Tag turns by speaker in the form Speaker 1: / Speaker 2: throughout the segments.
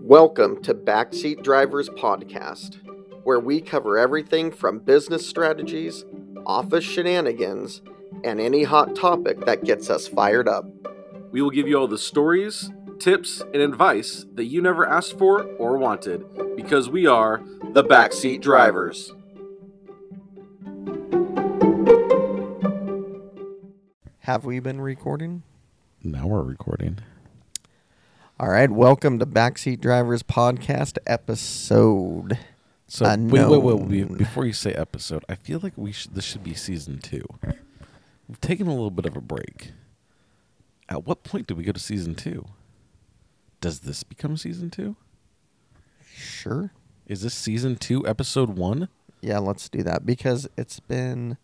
Speaker 1: Welcome to Backseat Drivers Podcast, where we cover everything from business strategies, office shenanigans, and any hot topic that gets us fired up.
Speaker 2: We will give you all the stories, tips, and advice that you never asked for or wanted because we are the Backseat Drivers.
Speaker 1: Have we been recording?
Speaker 3: Now we're recording.
Speaker 1: All right, welcome to Backseat Drivers Podcast episode.
Speaker 3: So
Speaker 1: I
Speaker 3: wait, wait, wait,
Speaker 1: know.
Speaker 3: wait. Before you say episode, I feel like we should. This should be season two. We've taken a little bit of a break. At what point do we go to season two? Does this become season two?
Speaker 1: Sure.
Speaker 3: Is this season two, episode one?
Speaker 1: Yeah, let's do that because it's been.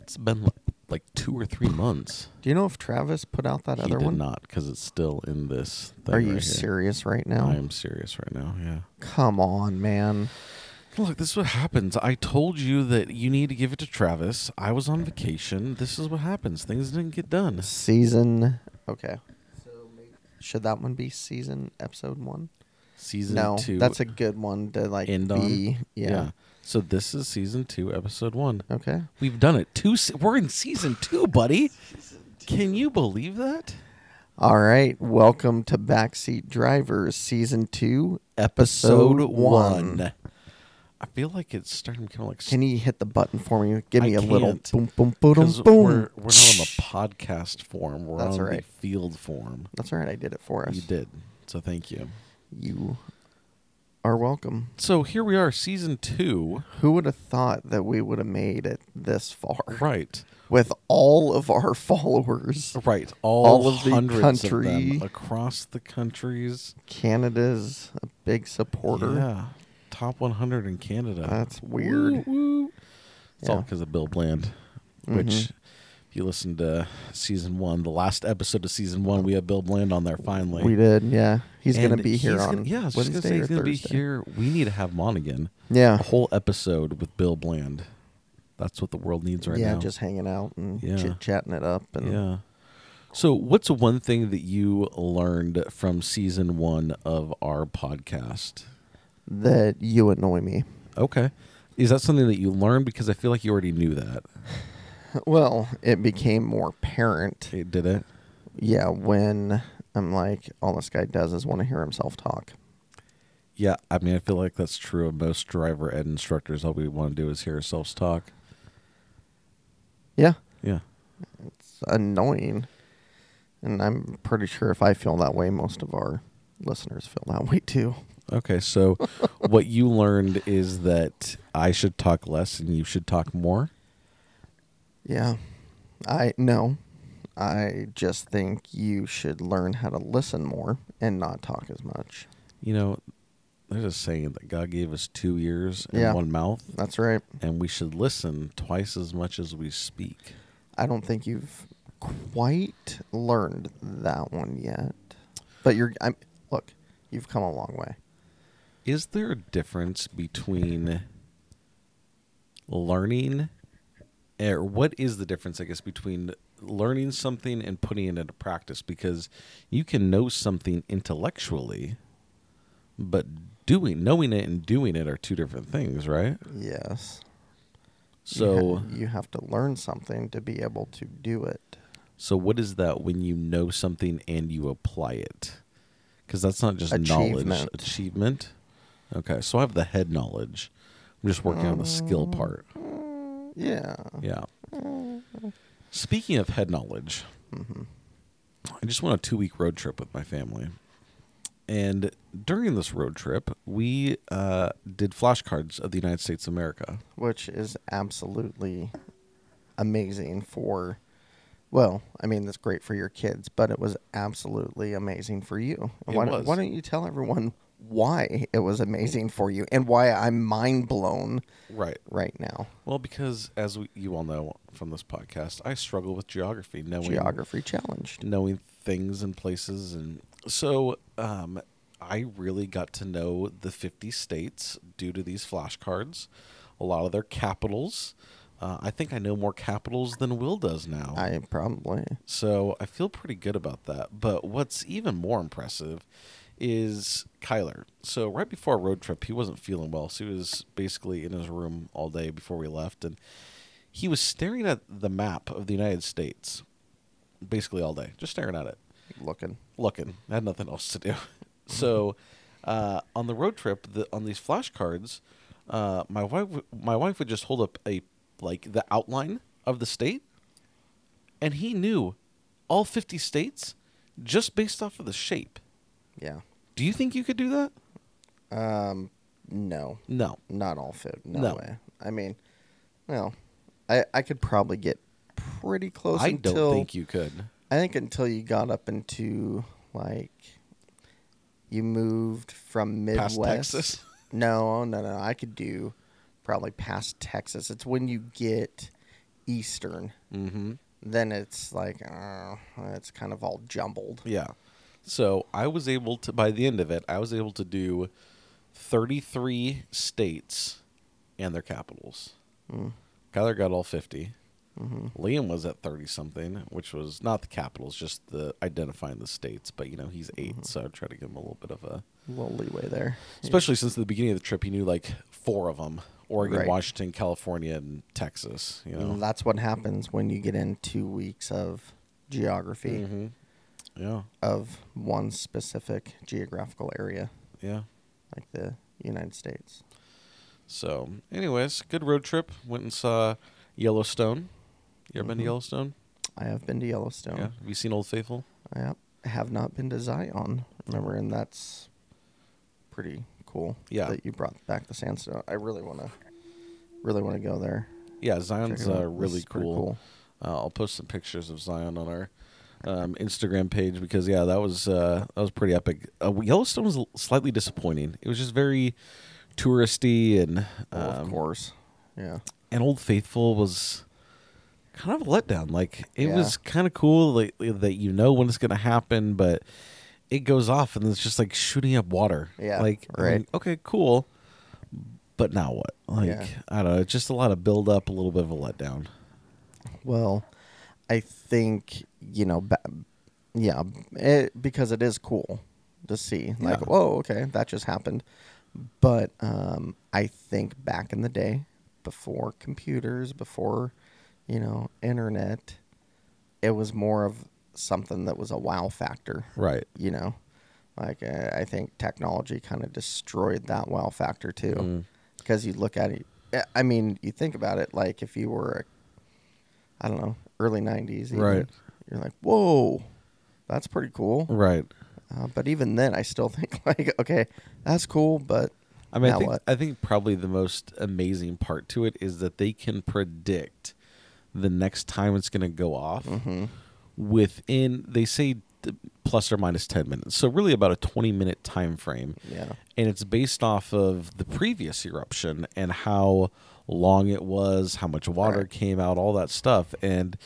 Speaker 3: It's been like, like two or three months.
Speaker 1: Do you know if Travis put out that
Speaker 3: He
Speaker 1: other
Speaker 3: did
Speaker 1: one?
Speaker 3: not because it's still in this. Thing
Speaker 1: Are
Speaker 3: right
Speaker 1: you
Speaker 3: here.
Speaker 1: serious right now?
Speaker 3: I am serious right now. Yeah.
Speaker 1: Come on, man.
Speaker 3: Look, this is what happens. I told you that you need to give it to Travis. I was on vacation. This is what happens. Things didn't get done.
Speaker 1: Season. Okay. Should that one be season episode one?
Speaker 3: Season
Speaker 1: no,
Speaker 3: two.
Speaker 1: that's a good one to like
Speaker 3: end on.
Speaker 1: be. Yeah.
Speaker 3: So this is season two, episode one.
Speaker 1: Okay.
Speaker 3: We've done it. Two. Se- we're in season two, buddy. Can you believe that?
Speaker 1: All right. Welcome to Backseat Drivers season two, episode,
Speaker 3: Episode
Speaker 1: one.
Speaker 3: I feel like it's starting to become like.
Speaker 1: Can you hit the button for me? Give
Speaker 3: I
Speaker 1: me a little
Speaker 3: can't,
Speaker 1: boom, boom, boom, boom.
Speaker 3: because we're, we're not on the podcast form. We're
Speaker 1: That's
Speaker 3: on
Speaker 1: right.
Speaker 3: the field form.
Speaker 1: That's all right. I did it for us.
Speaker 3: You did. So thank you.
Speaker 1: You are welcome.
Speaker 3: So here we are, season two.
Speaker 1: Who would have thought that we would have made it this far
Speaker 3: Right.
Speaker 1: with all of our followers?
Speaker 3: Right. All,
Speaker 1: All of the
Speaker 3: hundreds of
Speaker 1: country.
Speaker 3: them across the countries.
Speaker 1: Canada's a big supporter.
Speaker 3: Yeah. Top 100 in Canada.
Speaker 1: That's weird.
Speaker 3: Woo, woo. It's all
Speaker 1: Yeah. Mm-hmm.
Speaker 3: because of Bill Bland, which if you listen to season one, the last episode of season one, we had Bill Bland on there finally.
Speaker 1: We did, yeah. He's going to
Speaker 3: And
Speaker 1: be here
Speaker 3: he's
Speaker 1: on
Speaker 3: gonna- yeah, I was just
Speaker 1: Wednesday
Speaker 3: gonna say
Speaker 1: or
Speaker 3: he's gonna be
Speaker 1: Thursday.
Speaker 3: here. We need to have Monaghan.
Speaker 1: Yeah,
Speaker 3: A whole episode with Bill Bland. That's what the world needs right
Speaker 1: yeah,
Speaker 3: now.
Speaker 1: just hanging out and
Speaker 3: Yeah.
Speaker 1: chit chatting it up, and
Speaker 3: yeah. So, what's one thing that you learned from season one of our podcast?
Speaker 1: that you annoy me.
Speaker 3: Okay. Is that something that you learned? Because I feel like you already knew that.
Speaker 1: Well, it became more apparent.
Speaker 3: It did it.
Speaker 1: Yeah, when I'm like, all this guy does is want to hear himself talk.
Speaker 3: Yeah, I mean, I feel like that's true of most driver ed instructors. All we want to do is hear ourselves talk.
Speaker 1: Yeah,
Speaker 3: Yeah.
Speaker 1: it's annoying, and I'm pretty sure if I feel that way, most of our listeners feel that way too.
Speaker 3: Okay, so what you learned is that I should talk less and you should talk more.
Speaker 1: Yeah. I no. I just think you should learn how to listen more and not talk as much.
Speaker 3: You know, there's a saying that God gave us two ears and
Speaker 1: Yeah.
Speaker 3: one mouth,
Speaker 1: That's right.
Speaker 3: and we should listen twice as much as we speak.
Speaker 1: I don't think you've quite learned that one yet. But you're I'm look, you've come a long way.
Speaker 3: Is there a difference between learning or what is the difference I guess between learning something and putting it into practice because you can know something intellectually but doing knowing it and doing it are two different things, right?
Speaker 1: Yes. You ha-
Speaker 3: So
Speaker 1: you have to learn something to be able to do it.
Speaker 3: so what is that when you know something and you apply it? Cuz that's not just knowledge,
Speaker 1: Achievement.
Speaker 3: achievement. Okay, so I have the head knowledge. I'm just working on the skill part.
Speaker 1: Yeah.
Speaker 3: Yeah. Speaking of head knowledge, I just went on a two week road trip with my family. And during this road trip, we uh, did flashcards of the United States of America.
Speaker 1: Which is absolutely amazing for well, I mean that's great for your kids, but it was absolutely amazing for you. And
Speaker 3: It
Speaker 1: why,
Speaker 3: was.
Speaker 1: why don't you tell everyone why it was amazing for you and why I'm mind blown
Speaker 3: Right.
Speaker 1: right now.
Speaker 3: Well, because as we, you all know from this podcast, I struggle with geography, knowing
Speaker 1: Geography challenged.
Speaker 3: knowing things and places and so um I really got to know the 50 states due to these flashcards, a lot of their capitals. Uh, I think I know more capitals than Will does now.
Speaker 1: I probably
Speaker 3: so I feel pretty good about that. But what's even more impressive is Kyler. So right before our road trip, he wasn't feeling well. So he was basically in his room all day before we left, and he was staring at the map of the United States, basically all day, just staring at it,
Speaker 1: Looking.
Speaker 3: looking. I had nothing else to do. so uh, on the road trip, the, on these flashcards, uh, my wife w- my wife would just hold up a like the outline of the state, and he knew all fifty states just based off of the shape.
Speaker 1: Yeah.
Speaker 3: Do you think you could do that?
Speaker 1: Um, no,
Speaker 3: No.
Speaker 1: not all food. No,
Speaker 3: No.
Speaker 1: way. I mean, well, I I could probably get pretty close.
Speaker 3: I
Speaker 1: until,
Speaker 3: don't think you could.
Speaker 1: I think until you got up into like you moved from
Speaker 3: Past
Speaker 1: Midwest.
Speaker 3: Texas?
Speaker 1: No, oh, no, no. I could do probably past Texas. It's when you get eastern,
Speaker 3: Mm-hmm.
Speaker 1: then it's like uh, it's kind of all jumbled.
Speaker 3: Yeah. So I was able to by the end of it, I was able to do thirty three states and their capitals. Kyler got all 50 Liam was at thirty something, which was not the capitals, just the identifying the states. But you know he's 8 so I try to give him a little bit of a,
Speaker 1: A little leeway there.
Speaker 3: especially since the beginning of the trip he knew like four of them: Oregon,
Speaker 1: Right.
Speaker 3: Washington, California, and Texas. You know,
Speaker 1: And that's what happens when you get in two weeks of geography
Speaker 3: hmm yeah,
Speaker 1: of one specific geographical area,
Speaker 3: yeah.
Speaker 1: like the United States.
Speaker 3: So, anyways, good road trip. Went and saw Yellowstone. You ever been
Speaker 1: Mm-hmm.
Speaker 3: to Yellowstone?
Speaker 1: I have been to Yellowstone.
Speaker 3: Yeah. Have you seen Old Faithful?
Speaker 1: I have not been to Zion. Remember, and that's pretty cool.
Speaker 3: Yeah.
Speaker 1: that you brought back the sandstone. I really want to, really want to go there.
Speaker 3: Yeah,
Speaker 1: Check
Speaker 3: Zion's
Speaker 1: it out.
Speaker 3: uh,
Speaker 1: This
Speaker 3: really
Speaker 1: is pretty
Speaker 3: cool. Uh, I'll post some pictures of Zion on our um, Instagram page because yeah, that was uh, that was pretty epic. Uh, Yellowstone was l- slightly disappointing. It was just very touristy and
Speaker 1: Well,
Speaker 3: um,
Speaker 1: of course, yeah.
Speaker 3: and Old Faithful was kind of a letdown. Like it
Speaker 1: Yeah.
Speaker 3: was kind of cool like, that you know when it's going to happen, but it goes off and it's just like shooting up water.
Speaker 1: Yeah,
Speaker 3: like I
Speaker 1: right.
Speaker 3: mean, okay, cool, but now what? Like
Speaker 1: Yeah.
Speaker 3: I don't know. It's just a lot of build up, a little bit of a letdown.
Speaker 1: Well, I think you know, ba- yeah, it, because it is cool to see. Like,
Speaker 3: Yeah.
Speaker 1: whoa, okay, that just happened. But um, I think back in the day, before computers, before you know, internet, it was more of something that was a wow factor,
Speaker 3: Right.
Speaker 1: you know. Like uh, I think technology kind of destroyed that wow factor
Speaker 3: Mm.
Speaker 1: too, because you look at it. I mean, you think about it. Like if you were, a, I don't know, early '90s, even,
Speaker 3: Right. Mm.
Speaker 1: You're like, whoa, that's pretty cool.
Speaker 3: Right.
Speaker 1: Uh, but even then, I still think like, okay, that's cool, but
Speaker 3: I mean, I
Speaker 1: now
Speaker 3: think,
Speaker 1: what?
Speaker 3: I think probably the most amazing part to it is that they can predict the next time it's going to go off
Speaker 1: Mm-hmm.
Speaker 3: within, they say, th- plus or minus 10 minutes. So, really, about a 20 minute time frame.
Speaker 1: Yeah.
Speaker 3: And it's based off of the previous eruption and how long it was, how much water
Speaker 1: Right.
Speaker 3: came out, all that stuff. And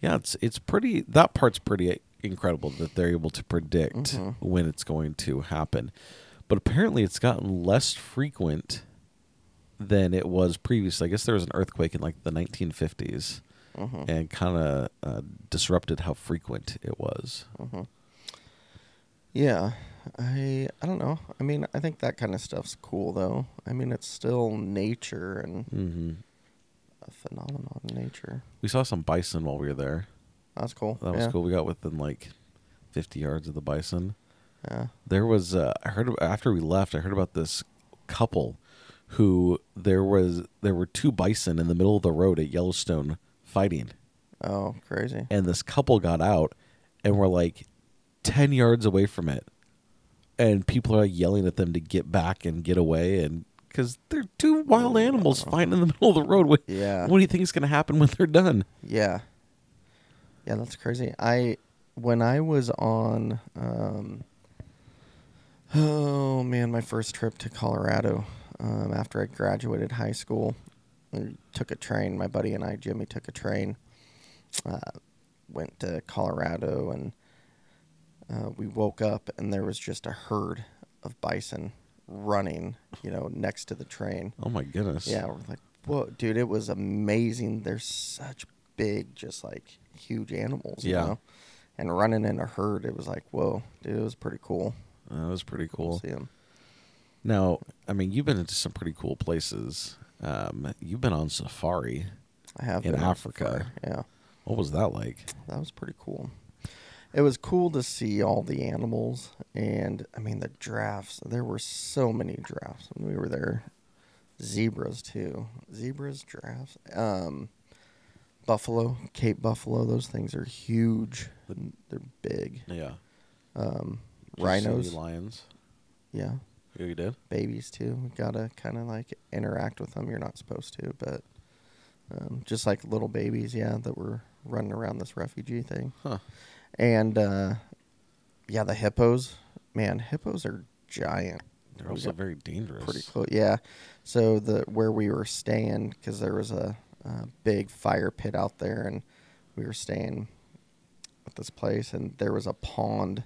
Speaker 3: yeah, it's it's pretty, that part's pretty incredible that they're able to predict when it's going to happen. But apparently, it's gotten less frequent than it was previously. I guess there was an earthquake in like the 1950s
Speaker 1: mm-hmm. Mm.
Speaker 3: and kind of uh, disrupted how frequent it was.
Speaker 1: Yeah, I I don't know. I mean, I think that kind of stuff's cool though. I mean, it's still nature and
Speaker 3: Mm-hmm.
Speaker 1: a phenomenon in nature.
Speaker 3: We saw some bison while we were there.
Speaker 1: That's cool.
Speaker 3: That was
Speaker 1: Yeah.
Speaker 3: cool. We got within like 50 yards of the bison.
Speaker 1: Yeah.
Speaker 3: There was uh, I heard after we left, I heard about this couple who there was there were two bison in the middle of the road at Yellowstone fighting.
Speaker 1: Oh, crazy.
Speaker 3: and this couple got out and were like 10 yards away from it and people are yelling at them to get back and get away and because they're two wild animals fighting in the middle of the road what,
Speaker 1: Oh. Yeah.
Speaker 3: what do you think is going to happen when they're done
Speaker 1: Yeah. Yeah, that's crazy. I when I was on um oh man, my first trip to Colorado um, after I graduated high school, I took a train. My buddy and I, Jimmy, took a train. Uh, went to Colorado and uh, we woke up and there was just a herd of bison running, you know, next to the train.
Speaker 3: oh my goodness
Speaker 1: Yeah, we're like, whoa, dude, it was amazing. They're such big, just like huge animals, you
Speaker 3: Yeah.
Speaker 1: know? And running in a herd, it was like, whoa, dude, it was pretty cool.
Speaker 3: That was pretty cool.
Speaker 1: See 'em.
Speaker 3: Now, I mean, you've been into some pretty cool places. Um, you've been on safari.
Speaker 1: I have
Speaker 3: In
Speaker 1: been out
Speaker 3: Africa.
Speaker 1: far, Yeah,
Speaker 3: What was that like?
Speaker 1: that was pretty cool. It was cool to see all the animals, and I mean the giraffes. There were so many giraffes when we were there. Zebras too. Zebras, giraffes, um, buffalo, Cape buffalo. Those things are huge. They're big.
Speaker 3: Yeah. Did you see any
Speaker 1: Um, Rhinos.
Speaker 3: lions.
Speaker 1: Yeah.
Speaker 3: Yeah, you did.
Speaker 1: babies too. We gotta kind of like interact with them. You're not supposed to, but um, just like little babies, yeah, that were running around this refugee thing.
Speaker 3: Huh.
Speaker 1: And uh, yeah, the hippos, man, hippos are giant.
Speaker 3: They're
Speaker 1: We
Speaker 3: also
Speaker 1: got
Speaker 3: very dangerous.
Speaker 1: pretty close. Yeah. So the where we were staying, because there was a, a big fire pit out there, and we were staying at this place, and there was a pond,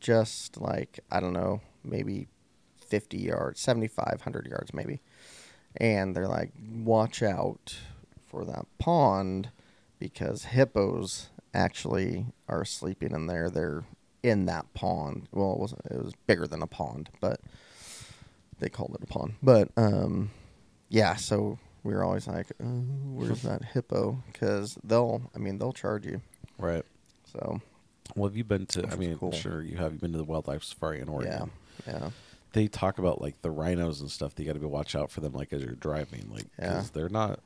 Speaker 1: just like I don't know, maybe fifty yards, 75, 100 yards, maybe. And they're like, watch out for that pond, because hippos actually are sleeping in there. They're in that pond. Well, it wasn't. It was bigger than a pond, but they called it a pond. But um, yeah, so we were always like, uh, "Where's that hippo?" Because they'll, I mean, they'll charge you.
Speaker 3: Right.
Speaker 1: So
Speaker 3: Well, have you been to?
Speaker 1: Which
Speaker 3: I
Speaker 1: was
Speaker 3: mean,
Speaker 1: cool.
Speaker 3: sure you have. You've been to the wildlife safari in Oregon.
Speaker 1: yeah, yeah,
Speaker 3: They talk about like the rhinos and stuff. That you got to be watch out for them, like as you're driving, like
Speaker 1: Yeah.
Speaker 3: because they're not.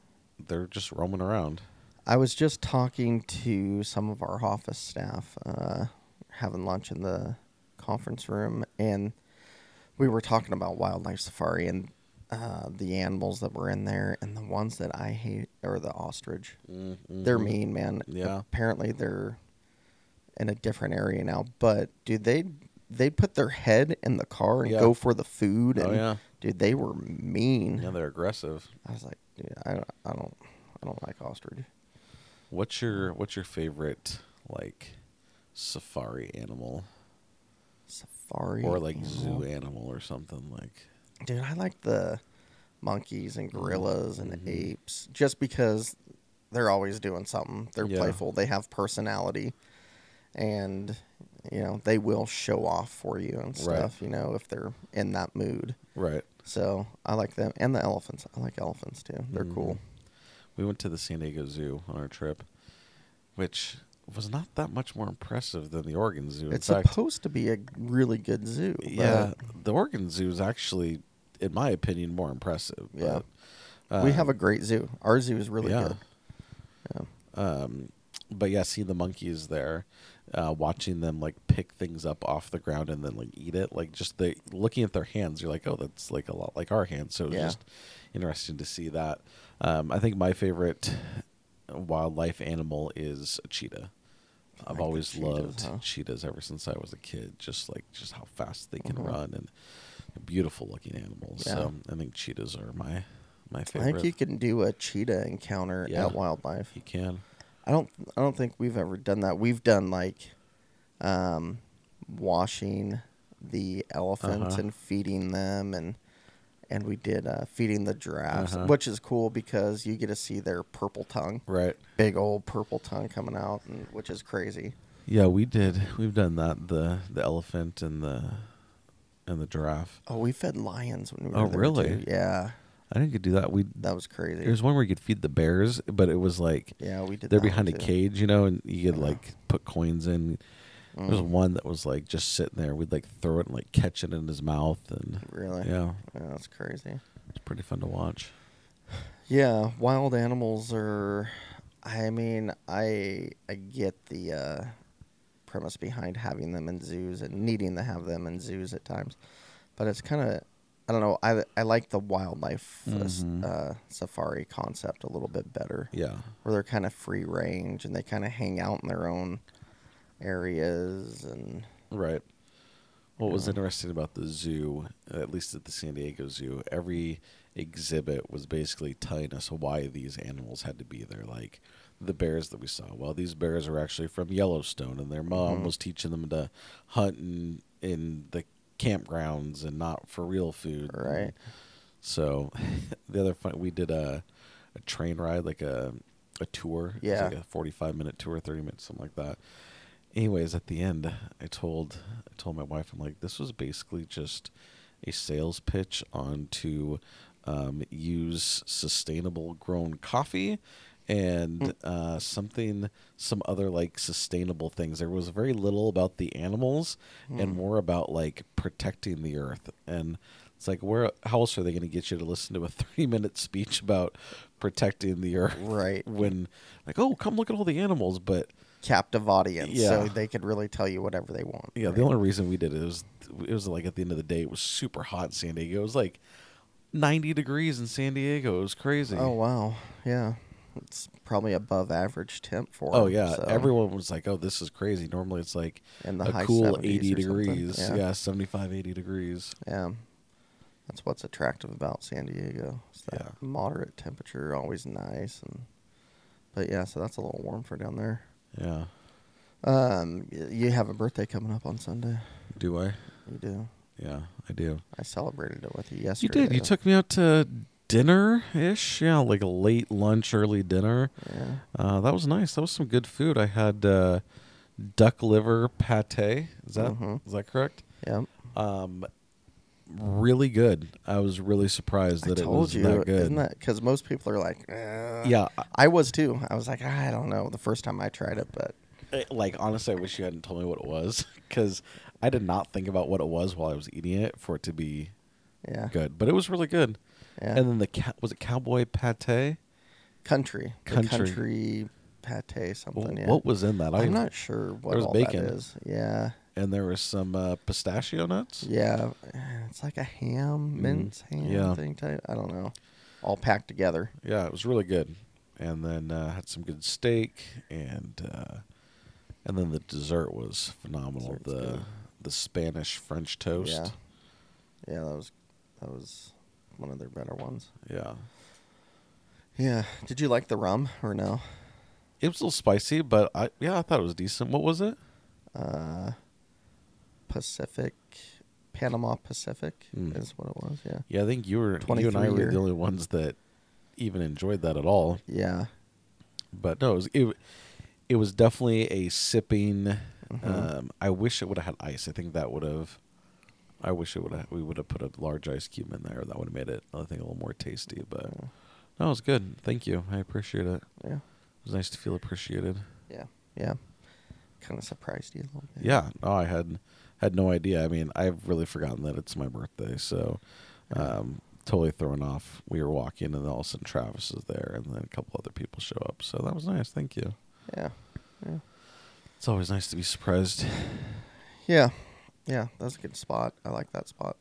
Speaker 3: They're just roaming around.
Speaker 1: I was just talking to some of our office staff, uh, having lunch in the conference room, and we were talking about wildlife safari and uh, the animals that were in there, and the ones that I hate are the ostrich.
Speaker 3: Mm-hmm.
Speaker 1: They're mean, man.
Speaker 3: Yeah.
Speaker 1: Apparently, they're in a different area now. But dude, they they put their head in the car and
Speaker 3: Yeah.
Speaker 1: go for the food.
Speaker 3: Oh,
Speaker 1: And,
Speaker 3: yeah.
Speaker 1: Dude, they were mean.
Speaker 3: Yeah, they're aggressive.
Speaker 1: I was like, dude, I don't, I don't, I don't like ostrich.
Speaker 3: What's your What's your favorite like safari animal
Speaker 1: Safari
Speaker 3: or like
Speaker 1: animal.
Speaker 3: zoo animal or something like?
Speaker 1: Dude, I like the monkeys
Speaker 3: Mm-hmm.
Speaker 1: and gorillas and apes just because they're always doing something. They're
Speaker 3: Yeah.
Speaker 1: playful. They have personality. And, you know, they will show off for you and stuff, you know, if they're in that mood.
Speaker 3: Right.
Speaker 1: So I like them. And the elephants. I like elephants too. They're
Speaker 3: Mm-hmm.
Speaker 1: cool.
Speaker 3: We went to the San Diego Zoo on our trip, which was not that much more impressive than the Oregon Zoo. In
Speaker 1: It's
Speaker 3: fact,
Speaker 1: supposed to be a really good zoo. but-
Speaker 3: yeah, the Oregon Zoo is actually, in my opinion, more impressive.
Speaker 1: Yeah.
Speaker 3: but-
Speaker 1: we have a great zoo. Our zoo is really
Speaker 3: uh, yeah.
Speaker 1: good. Yeah.
Speaker 3: but yeah, see the monkeys there, uh, watching them like pick things up off the ground and then like eat it. Like just the looking at their hands, you're like, oh, that's like a lot like our hands. So it's
Speaker 1: Yeah.
Speaker 3: just interesting to see that. Um, I think my favorite wildlife animal is a cheetah. I've
Speaker 1: the
Speaker 3: always
Speaker 1: cheetahs,
Speaker 3: loved
Speaker 1: huh?
Speaker 3: cheetahs ever since I was a kid. Just like just how fast they
Speaker 1: Mm-hmm.
Speaker 3: can run and beautiful looking animals. So I think cheetahs are my my
Speaker 1: I
Speaker 3: favorite.
Speaker 1: think you can do a cheetah encounter
Speaker 3: Yeah.
Speaker 1: at wildlife.
Speaker 3: you can.
Speaker 1: I don't I don't think we've ever done that. We've done like um, washing the elephants
Speaker 3: Uh-huh.
Speaker 1: and feeding them and and we did uh, feeding the giraffes,
Speaker 3: Uh-huh.
Speaker 1: which is cool because you get to see their purple tongue.
Speaker 3: Right.
Speaker 1: Big old purple tongue coming out, and, which is crazy.
Speaker 3: Yeah, we did. We've done that. The the elephant and the and the giraffe.
Speaker 1: Oh, we fed lions when we were
Speaker 3: Oh,
Speaker 1: there,
Speaker 3: really?
Speaker 1: too. Yeah,
Speaker 3: I think we could do that. We
Speaker 1: that was crazy.
Speaker 3: there was one where you could feed the bears, but it was like
Speaker 1: yeah, we did.
Speaker 3: they're
Speaker 1: that one,
Speaker 3: behind a
Speaker 1: too.
Speaker 3: cage, you know, and you could like put coins in. There
Speaker 1: Mm.
Speaker 3: was one that was like just sitting there. We'd like throw it and like catch it in his mouth, and
Speaker 1: Really?
Speaker 3: yeah,
Speaker 1: Yeah, that's crazy.
Speaker 3: it's pretty fun to watch.
Speaker 1: Yeah, wild animals are. I mean, I I get the uh, premise behind having them in zoos and needing to have them in zoos at times, but it's kind of I don't know. I I like the wildlife uh, s-
Speaker 3: Mhm.
Speaker 1: uh, safari concept a little bit better,
Speaker 3: Yeah,
Speaker 1: where they're kind of free range and they kind of hang out in their own areas and
Speaker 3: Right. What was interesting about the zoo, at least at the San Diego Zoo, every exhibit was basically telling us why these animals had to be there. Like the bears that we saw. Well, these bears are actually from Yellowstone, and their mom
Speaker 1: Mm-hmm.
Speaker 3: was teaching them to hunt in, in the campgrounds and not for real food.
Speaker 1: right.
Speaker 3: So the other fun, we did a, a train ride, like a a tour. It was
Speaker 1: Yeah.
Speaker 3: like a forty-five minute tour, thirty minutes, something like that. anyways, at the end, I told I told my wife, I'm like, this was basically just a sales pitch on to um, use sustainable grown coffee and uh, something some other like sustainable things there was very little about the animals and more about like protecting the earth and it's like where how else are they going to get you to listen to a 30 minute speech about protecting the earth
Speaker 1: Right.
Speaker 3: when like oh come look at all the animals but
Speaker 1: captive audience,
Speaker 3: Yeah.
Speaker 1: so they could really tell you whatever they want.
Speaker 3: yeah, the only reason we did it was it was like at the end of the day, it was super hot in San Diego. It was like ninety degrees in San Diego. It was crazy.
Speaker 1: Oh wow, yeah, it's probably above average temp for.
Speaker 3: Oh,
Speaker 1: 'em,
Speaker 3: yeah,
Speaker 1: so-
Speaker 3: everyone was like, "Oh, this is crazy." Normally, it's like
Speaker 1: In the
Speaker 3: a
Speaker 1: high
Speaker 3: cool
Speaker 1: 70s
Speaker 3: eighty
Speaker 1: or something.
Speaker 3: degrees. Yeah.
Speaker 1: Yeah.
Speaker 3: 75, 80 degrees.
Speaker 1: yeah, that's what's attractive about San Diego. It's that
Speaker 3: Yeah.
Speaker 1: moderate temperature, always nice, and but yeah, so that's a little warm for down there.
Speaker 3: Yeah.
Speaker 1: Um, y- you have a birthday coming up on Sunday.
Speaker 3: Do I?
Speaker 1: You do.
Speaker 3: Yeah, I do.
Speaker 1: I celebrated it with you
Speaker 3: You
Speaker 1: yesterday.
Speaker 3: did. You took me out to dinner ish. Yeah, like a late lunch, early dinner.
Speaker 1: Yeah.
Speaker 3: Uh, that was nice. That was some good food. I had uh, duck liver pate. Is that
Speaker 1: Mhm.
Speaker 3: is that correct?
Speaker 1: Yep.
Speaker 3: um, really good. I was really surprised that
Speaker 1: I
Speaker 3: it
Speaker 1: told
Speaker 3: was
Speaker 1: you,
Speaker 3: that good.
Speaker 1: isn't that because most people are like, "Eh."
Speaker 3: Yeah, I-
Speaker 1: I was too. I was like, I don't know. The first time I tried it, but
Speaker 3: I- like honestly, I wish you hadn't told me what it was because I did not think about what it was while I was eating it for it to be
Speaker 1: yeah,
Speaker 3: good. But it was really good.
Speaker 1: Yeah.
Speaker 3: And then the cow- was it cowboy pate?
Speaker 1: country, The
Speaker 3: Country.
Speaker 1: country pate
Speaker 3: Well,
Speaker 1: something. yeah.
Speaker 3: What was in that?
Speaker 1: I'm
Speaker 3: don't-
Speaker 1: not sure what
Speaker 3: was
Speaker 1: all
Speaker 3: bacon.
Speaker 1: that is. Yeah,
Speaker 3: And there was some uh, pistachio nuts.
Speaker 1: yeah. It's like a ham, mince ham
Speaker 3: Mm, Yeah.
Speaker 1: thing type. I don't know. All packed together.
Speaker 3: Yeah, it was really good. And then uh, had some good steak and uh, and then the dessert was phenomenal.
Speaker 1: Dessert's
Speaker 3: the
Speaker 1: good.
Speaker 3: the Spanish French toast.
Speaker 1: Yeah, yeah. That was that was one of their better ones.
Speaker 3: Yeah.
Speaker 1: Yeah. Did you like the rum or no?
Speaker 3: It was a little spicy, but I yeah, I thought it was decent. What was it?
Speaker 1: Uh, Pacific, Panama Pacific
Speaker 3: Mm.
Speaker 1: is what it was. Yeah.
Speaker 3: Yeah, I think you were you and
Speaker 1: 23
Speaker 3: I were
Speaker 1: year.
Speaker 3: the only ones that even enjoyed that at all.
Speaker 1: Yeah.
Speaker 3: But no, it was it, it was definitely a sipping. Um, I wish it would have had ice. I think that would have. I wish it would have. We would have put a large ice cube in there. That would have made it. I think a little more tasty. But no, it was good. Thank you. I appreciate it. It
Speaker 1: Yeah.
Speaker 3: was nice to feel appreciated.
Speaker 1: Yeah. Yeah. Kind of surprised you a little bit.
Speaker 3: Yeah. No, I had had no idea. I mean, I've really forgotten that it's my birthday, so um, totally thrown off. We were walking, and all of a sudden Travis is there, and then a couple other people show up. So that was nice. Thank you.
Speaker 1: Yeah. Yeah.
Speaker 3: It's always nice to be surprised.
Speaker 1: Yeah. Yeah. That was a good spot. I like that spot.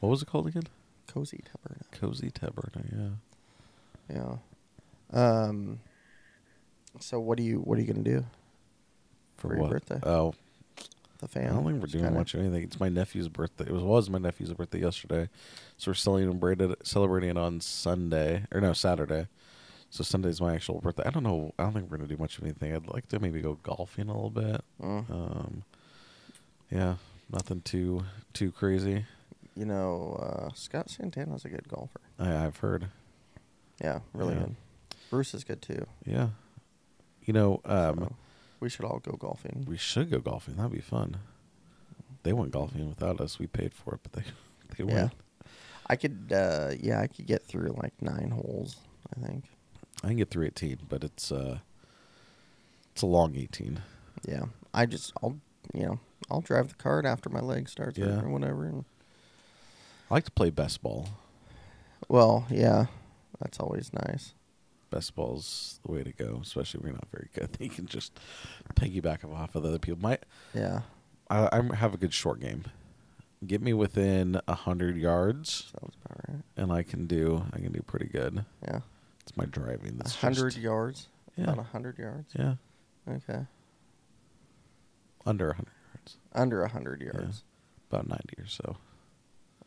Speaker 3: What was it called again?
Speaker 1: Cozy tabernacle.
Speaker 3: Cozy Tabernacle. Yeah.
Speaker 1: Yeah. Um. So what do you what are you gonna do? For your
Speaker 3: what?
Speaker 1: birthday.
Speaker 3: Oh,
Speaker 1: The
Speaker 3: I
Speaker 1: fam.
Speaker 3: don't think we're
Speaker 1: Just
Speaker 3: doing
Speaker 1: kinda-
Speaker 3: much of anything. It's my nephew's birthday. It was was my nephew's birthday yesterday, so we're celebrating celebrating it on Sunday or no Saturday. So Sunday's my actual birthday. I don't know. I don't think we're gonna do much of anything. I'd like to maybe go golfing a little bit.
Speaker 1: Mm.
Speaker 3: Um, yeah, nothing too too crazy.
Speaker 1: You know, uh, Scott Santana's a good golfer.
Speaker 3: I, I've heard.
Speaker 1: Yeah, really
Speaker 3: Yeah.
Speaker 1: good. Bruce is good too.
Speaker 3: Yeah, you know, um,
Speaker 1: so we should all go golfing.
Speaker 3: we should go golfing. That'd be fun. They went golfing without us. We paid for it, but they they
Speaker 1: Yeah.
Speaker 3: went.
Speaker 1: I could, uh, yeah, I could get through like nine holes. I think.
Speaker 3: I can get through eighteen, but it's uh, it's a long eighteen.
Speaker 1: Yeah, I just, I'll, you know, I'll drive the cart after my leg starts
Speaker 3: Yeah.
Speaker 1: hurting or whatever. And,
Speaker 3: I like to play best ball.
Speaker 1: well, yeah, that's always nice.
Speaker 3: Best ball's the way to go, especially when you're not very good. You can just piggyback off of other people. My
Speaker 1: Yeah,
Speaker 3: I, I have a good short game. Get me within hundred yards,
Speaker 1: sounds about right.
Speaker 3: and I can do I can do pretty good.
Speaker 1: Yeah,
Speaker 3: It's my driving.
Speaker 1: a
Speaker 3: That's
Speaker 1: hundred
Speaker 3: just-
Speaker 1: yards.
Speaker 3: Yeah.
Speaker 1: About a hundred yards.
Speaker 3: Yeah,
Speaker 1: Okay,
Speaker 3: under hundred yards,
Speaker 1: under a hundred
Speaker 3: Yeah.
Speaker 1: yards.
Speaker 3: about ninety or so.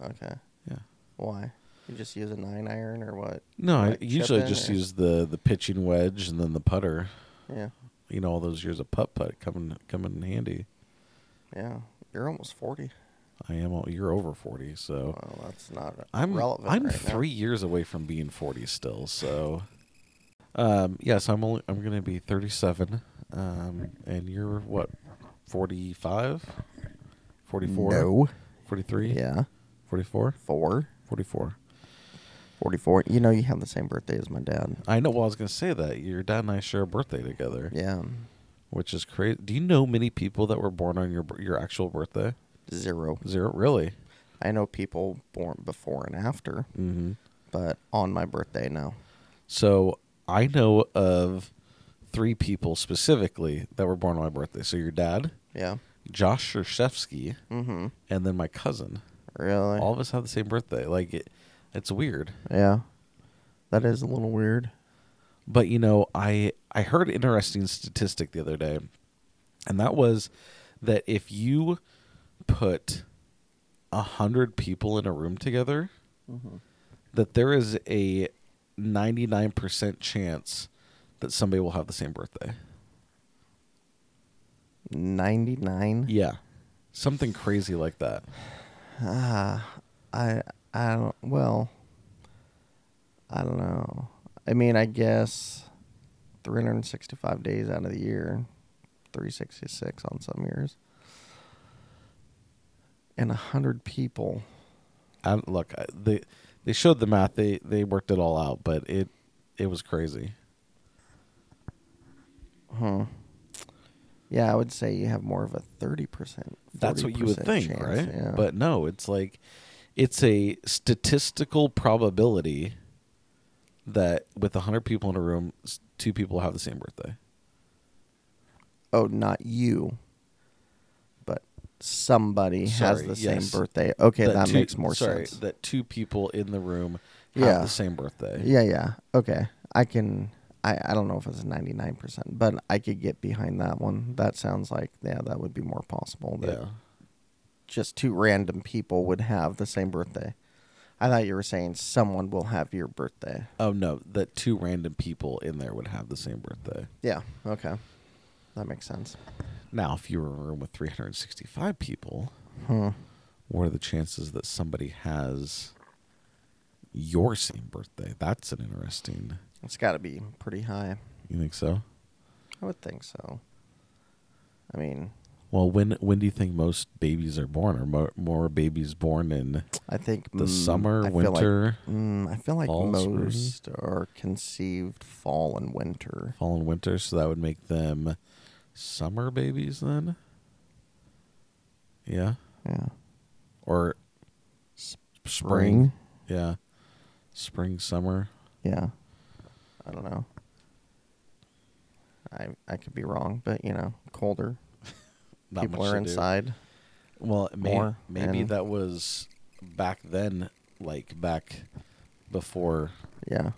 Speaker 1: Okay,
Speaker 3: Yeah.
Speaker 1: why? You just use a nine iron or what?
Speaker 3: No, I
Speaker 1: Like
Speaker 3: usually
Speaker 1: chipping
Speaker 3: just
Speaker 1: or-
Speaker 3: use the the pitching wedge and then the putter.
Speaker 1: Yeah,
Speaker 3: You know, all those years of putt putt coming coming in handy.
Speaker 1: yeah. You're almost forty.
Speaker 3: I am. all- You're over forty, so
Speaker 1: Well, that's not
Speaker 3: Oh. I'm
Speaker 1: Uh, relevant.
Speaker 3: I'm
Speaker 1: right now.
Speaker 3: three years away from being forty still. So, um, yes, I'm only I'm gonna be thirty seven. Um, and you're what 45, 44,
Speaker 1: No.
Speaker 3: 43,
Speaker 1: Yeah.
Speaker 3: 44,
Speaker 1: Four.
Speaker 3: 44.
Speaker 1: 44. You know, you have the same birthday as my dad.
Speaker 3: I know. Well, I was going to say that your dad and I share a birthday together,
Speaker 1: Yeah.
Speaker 3: which is crazy. Do you know many people that were born on your bir- your actual birthday?
Speaker 1: Zero.
Speaker 3: Zero, really?
Speaker 1: I know people born before and after,
Speaker 3: Mm-hmm.
Speaker 1: but on my birthday, no.
Speaker 3: So I know of three people specifically that were born on my birthday. So your dad,
Speaker 1: Yeah.
Speaker 3: Josh Shershevsky,
Speaker 1: Mm-hmm.
Speaker 3: and then my cousin.
Speaker 1: Really?
Speaker 3: All of us have the same birthday. Like it, it's weird.
Speaker 1: yeah. That is a little weird.
Speaker 3: But you know, I I heard an interesting statistic the other day, and that was that if you put a hundred people in a room together, that there is a ninety nine percent chance that somebody will have the same birthday.
Speaker 1: 99?
Speaker 3: Yeah, something crazy like that.
Speaker 1: Ah, I I don't. Well, I don't know. I mean, I guess 365 days out of the year, 366 on some years, and a hundred people.
Speaker 3: I, don't- look, I, they they showed the math. They they worked it all out, but it it was crazy.
Speaker 1: Hmm. Yeah, I would say you have more of a 30 percent.
Speaker 3: That's what you would think, right?
Speaker 1: Yeah.
Speaker 3: But no, it's like it's a statistical probability that with 100 people in a room, s- two people have the same birthday.
Speaker 1: oh, not you, but somebody has
Speaker 3: Sorry,
Speaker 1: the
Speaker 3: yes.
Speaker 1: same birthday. Okay, that,
Speaker 3: two-
Speaker 1: makes more
Speaker 3: sorry,
Speaker 1: sense.
Speaker 3: That two people in the room have
Speaker 1: Yeah.
Speaker 3: the same birthday.
Speaker 1: Yeah, yeah. Okay. I can I, I don't know if it's ninety nine percent, but I could get behind that one. That sounds like yeah, that would be more possible that
Speaker 3: Yeah.
Speaker 1: just two random people would have the same birthday. I thought you were saying someone will have your birthday.
Speaker 3: Oh no, that two random people in there would have the same birthday.
Speaker 1: Yeah, okay. That makes sense.
Speaker 3: Now, if you were in a room with 365 people,
Speaker 1: Hmm.
Speaker 3: what are the chances that somebody has your same birthday? That's an interesting.
Speaker 1: It's gotta be pretty high.
Speaker 3: You think so?
Speaker 1: I would think so. I mean,
Speaker 3: Well, when when do you think most babies are born? Are more, more babies born in
Speaker 1: I think
Speaker 3: the
Speaker 1: mm,
Speaker 3: summer,
Speaker 1: I feel like-
Speaker 3: winter,
Speaker 1: mm, I feel like
Speaker 3: fall, spring?
Speaker 1: most are conceived fall and winter.
Speaker 3: fall, and winter? So that would make them summer babies then. Yeah,
Speaker 1: Yeah.
Speaker 3: or spring. Yeah, spring, summer.
Speaker 1: Yeah. I don't know. I I could be wrong, but you know, colder.
Speaker 3: Not
Speaker 1: People
Speaker 3: much
Speaker 1: are
Speaker 3: to do.
Speaker 1: inside.
Speaker 3: Well, it may,
Speaker 1: more,
Speaker 3: maybe
Speaker 1: and-
Speaker 3: that was back then, like back before
Speaker 1: Yeah.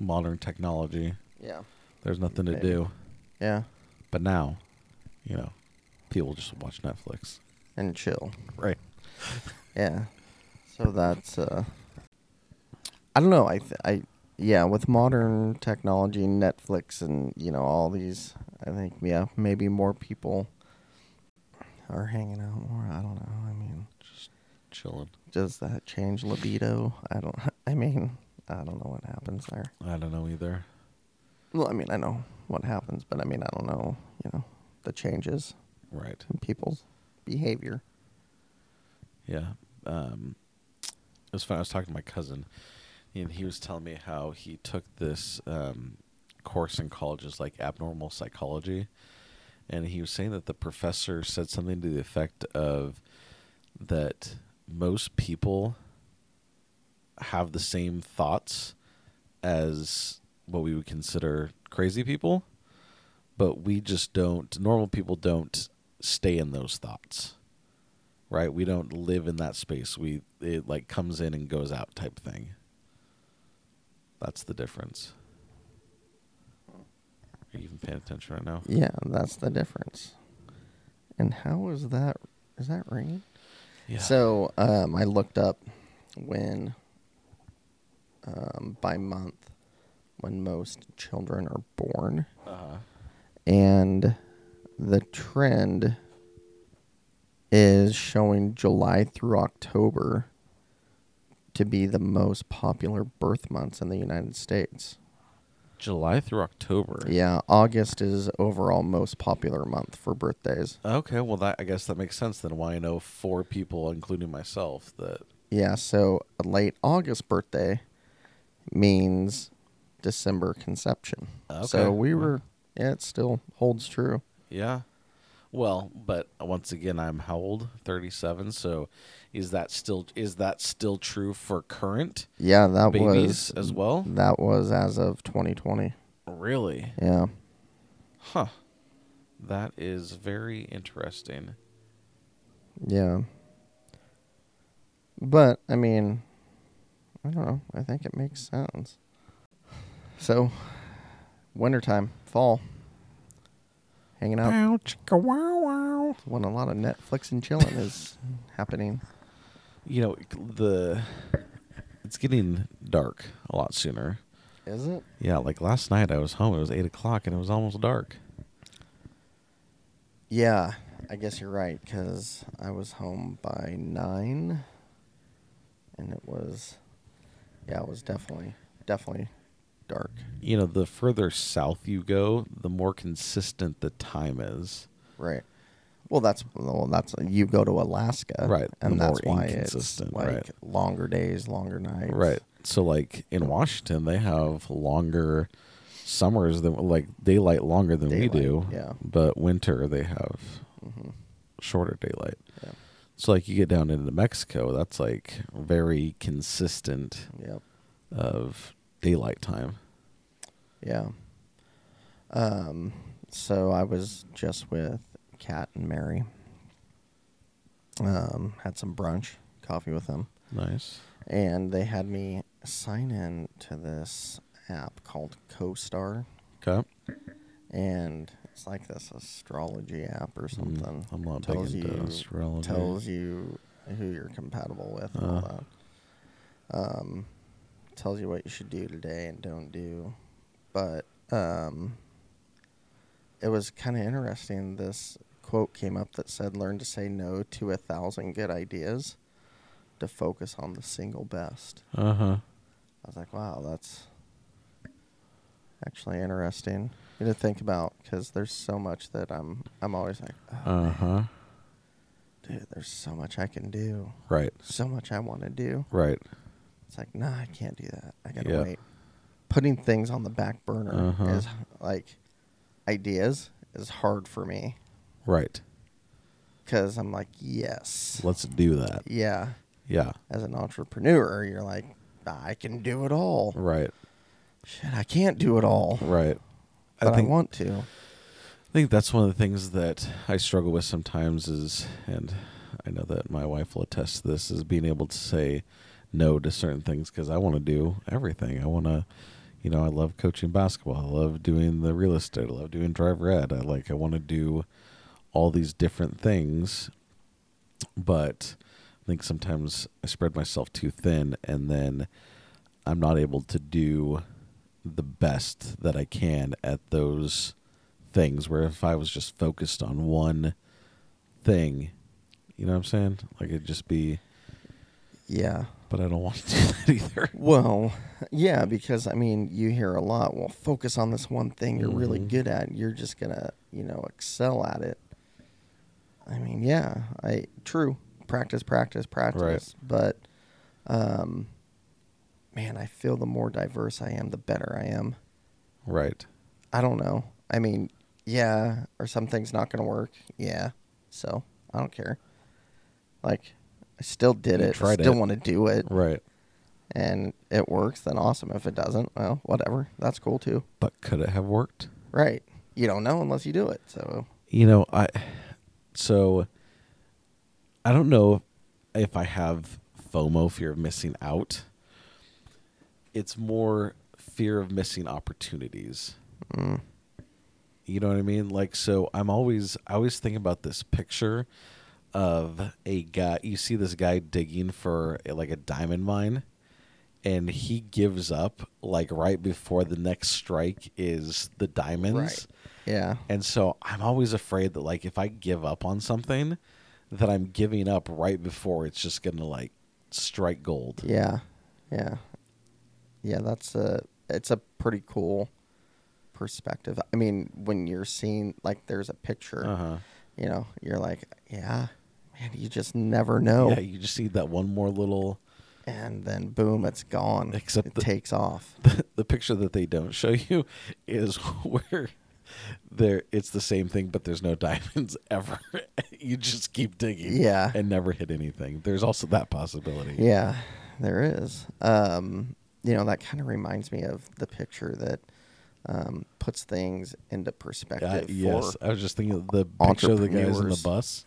Speaker 3: modern technology.
Speaker 1: Yeah.
Speaker 3: There's nothing to
Speaker 1: Maybe.
Speaker 3: do.
Speaker 1: Yeah.
Speaker 3: But now, you know, people just watch Netflix.
Speaker 1: And chill.
Speaker 3: Right.
Speaker 1: Yeah. So that's uh I don't know. I th- I yeah, with modern technology, Netflix and, you know, all these, I think yeah, maybe more people are hanging out more. I don't know. I mean,
Speaker 3: Chilling.
Speaker 1: does that change libido? I don't I mean, I don't know what happens there.
Speaker 3: I don't know either.
Speaker 1: Well, I mean, I know what happens, but I mean, I don't know, you know, the changes
Speaker 3: Right.
Speaker 1: in people's behavior.
Speaker 3: Yeah. Um, it was funny. I was talking to my cousin, and he was telling me how he took this um, course in college, is like abnormal psychology, and he was saying that the professor said something to the effect of that most people have the same thoughts as what we would consider crazy people, but we just don't. Normal people don't stay in those thoughts right? We don't live in that space. We it like comes in and goes out type thing. That's the difference. Are you even paying attention right now?
Speaker 1: Yeah, that's the difference. And how is that? Is that ringing?
Speaker 3: Yeah.
Speaker 1: So um, I looked up when, um, by month, when most children are born,
Speaker 3: uh,
Speaker 1: and the trend is showing July through October to be the most popular birth months in the United States.
Speaker 3: July through October.
Speaker 1: Yeah, August is overall most popular month for birthdays.
Speaker 3: Okay, well that I guess that makes sense then. Why I know four people, including myself, that
Speaker 1: Yeah, so a late August birthday means December conception.
Speaker 3: Okay.
Speaker 1: So we were, yeah, it still holds true.
Speaker 3: yeah. Well, but once again, I'm how old? Thirty-seven. So, is that still is that still true for current
Speaker 1: Yeah, that
Speaker 3: babies
Speaker 1: was
Speaker 3: as well?
Speaker 1: that was as of 2020.
Speaker 3: Really?
Speaker 1: Yeah,
Speaker 3: Huh. That is very interesting.
Speaker 1: yeah. But I mean, I don't know. I think it makes sense. So, wintertime, fall, hanging out. when a lot of Netflix and chilling is happening.
Speaker 3: You know the it's getting dark a lot sooner.
Speaker 1: Is it?
Speaker 3: Yeah, like last night I was home. It was eight o'clock and it was almost dark.
Speaker 1: Yeah, I guess you're right because I was home by nine, and it was, yeah, it was definitely, definitely dark.
Speaker 3: You know, the further south you go, the more consistent the time is.
Speaker 1: Right. Well, that's well, that's you go to Alaska,
Speaker 3: Right,
Speaker 1: And
Speaker 3: the more
Speaker 1: that's why it's
Speaker 3: inconsistent,
Speaker 1: like
Speaker 3: right.
Speaker 1: longer days, longer nights.
Speaker 3: Right. So, like in Washington, they have longer summers than like daylight longer than we
Speaker 1: Daylight,
Speaker 3: do.
Speaker 1: yeah.
Speaker 3: But winter they have shorter daylight.
Speaker 1: Yeah.
Speaker 3: So, like you get down into Mexico, that's like very consistent
Speaker 1: Yep.
Speaker 3: of daylight time.
Speaker 1: Yeah. Um. So I was just with Kat and Mary. Um. Had some brunch, coffee with them,
Speaker 3: Nice.
Speaker 1: and they had me sign in to this app called CoStar,
Speaker 3: Okay.
Speaker 1: and it's like this astrology app or something.
Speaker 3: Mm-hmm. I'm not big
Speaker 1: tells
Speaker 3: into
Speaker 1: you,
Speaker 3: astrology. Uh.
Speaker 1: Tells you who you're compatible with and all that. Um. Tells you what you should do today and don't do, but um. it was kind of interesting. This quote came up that said, "Learn to say no to a thousand good ideas, to focus on the single best."
Speaker 3: Uh huh.
Speaker 1: I was like, "Wow, that's actually interesting to think about." Because there's so much that I'm, I'm always like, oh,
Speaker 3: Uh huh.
Speaker 1: "Dude, there's so much I can do,
Speaker 3: Right.
Speaker 1: so much I want to do."
Speaker 3: Right.
Speaker 1: It's like, nah, I can't do that. I gotta
Speaker 3: Yeah.
Speaker 1: wait. Putting things on the back burner
Speaker 3: Uh-huh.
Speaker 1: is like ideas is hard for me
Speaker 3: Right.
Speaker 1: because I'm like, yes,
Speaker 3: Let's do that.
Speaker 1: yeah.
Speaker 3: Yeah.
Speaker 1: As an entrepreneur, you're like, I can do it all.
Speaker 3: Right.
Speaker 1: Shit, I can't do it all,
Speaker 3: Right.
Speaker 1: but I,
Speaker 3: think
Speaker 1: want to.
Speaker 3: I think that's one of the things that I struggle with sometimes is and I know that my wife will attest to this is being able to say no to certain things cuz I want to do everything. I want to you know, I love coaching basketball. I love doing the real estate. I love doing driver ed. I like I want to do all these different things but I think sometimes I spread myself too thin, and then I'm not able to do the best that I can at those things. Where if I was just focused on one thing, you know what I'm saying? Like it'd just be,
Speaker 1: Yeah.
Speaker 3: but I don't want to do that either.
Speaker 1: Well, yeah, because I mean, you hear a lot. Well, focus on this one thing you're really
Speaker 3: Mhm.
Speaker 1: good at. You're just gonna, you know, excel at it. I mean, yeah, I true. Practice, practice, practice. But, um, man, I feel the more diverse I am, the better I am.
Speaker 3: Right.
Speaker 1: I don't know. I mean, yeah, or something's not going to work. Yeah. So I don't care. Like, I still did
Speaker 3: You
Speaker 1: it. I
Speaker 3: tried
Speaker 1: still
Speaker 3: it.
Speaker 1: want to do it.
Speaker 3: Right.
Speaker 1: And it works, then awesome. If it doesn't, well, whatever. That's cool too.
Speaker 3: But could it have worked?
Speaker 1: Right. You don't know unless you do it. So,
Speaker 3: You know, I so I don't know if I have FOMO, fear of missing out. It's more fear of missing opportunities. You know what I mean? Like so I'm always I always think about this picture of a guy you see this guy digging for uh, like a diamond mine and he gives up like right before the next strike is the diamonds.
Speaker 1: yeah.
Speaker 3: And so I'm always afraid that like if I give up on something, that I'm giving up right before it's just gonna like strike gold.
Speaker 1: Yeah. Yeah. Yeah. That's a, it's a pretty cool perspective. I mean, when you're seeing like there's a picture,
Speaker 3: Uh huh.
Speaker 1: you know, you're like, yeah, man, you just never know.
Speaker 3: Yeah, you just need that one more little.
Speaker 1: and then boom, it's gone.
Speaker 3: Except
Speaker 1: it
Speaker 3: the-
Speaker 1: takes off.
Speaker 3: The, picture that they don't show you is where there it's the same thing, but there's no diamonds ever. you just keep digging,
Speaker 1: Yeah.
Speaker 3: and never hit anything. There's also that possibility.
Speaker 1: Yeah, there is. Um, you know, that kind of reminds me of the picture that um, puts things into perspective.
Speaker 3: Uh, yes,
Speaker 1: For,
Speaker 3: I was just thinking of the picture of the guys in the
Speaker 1: entrepreneurs.
Speaker 3: bus.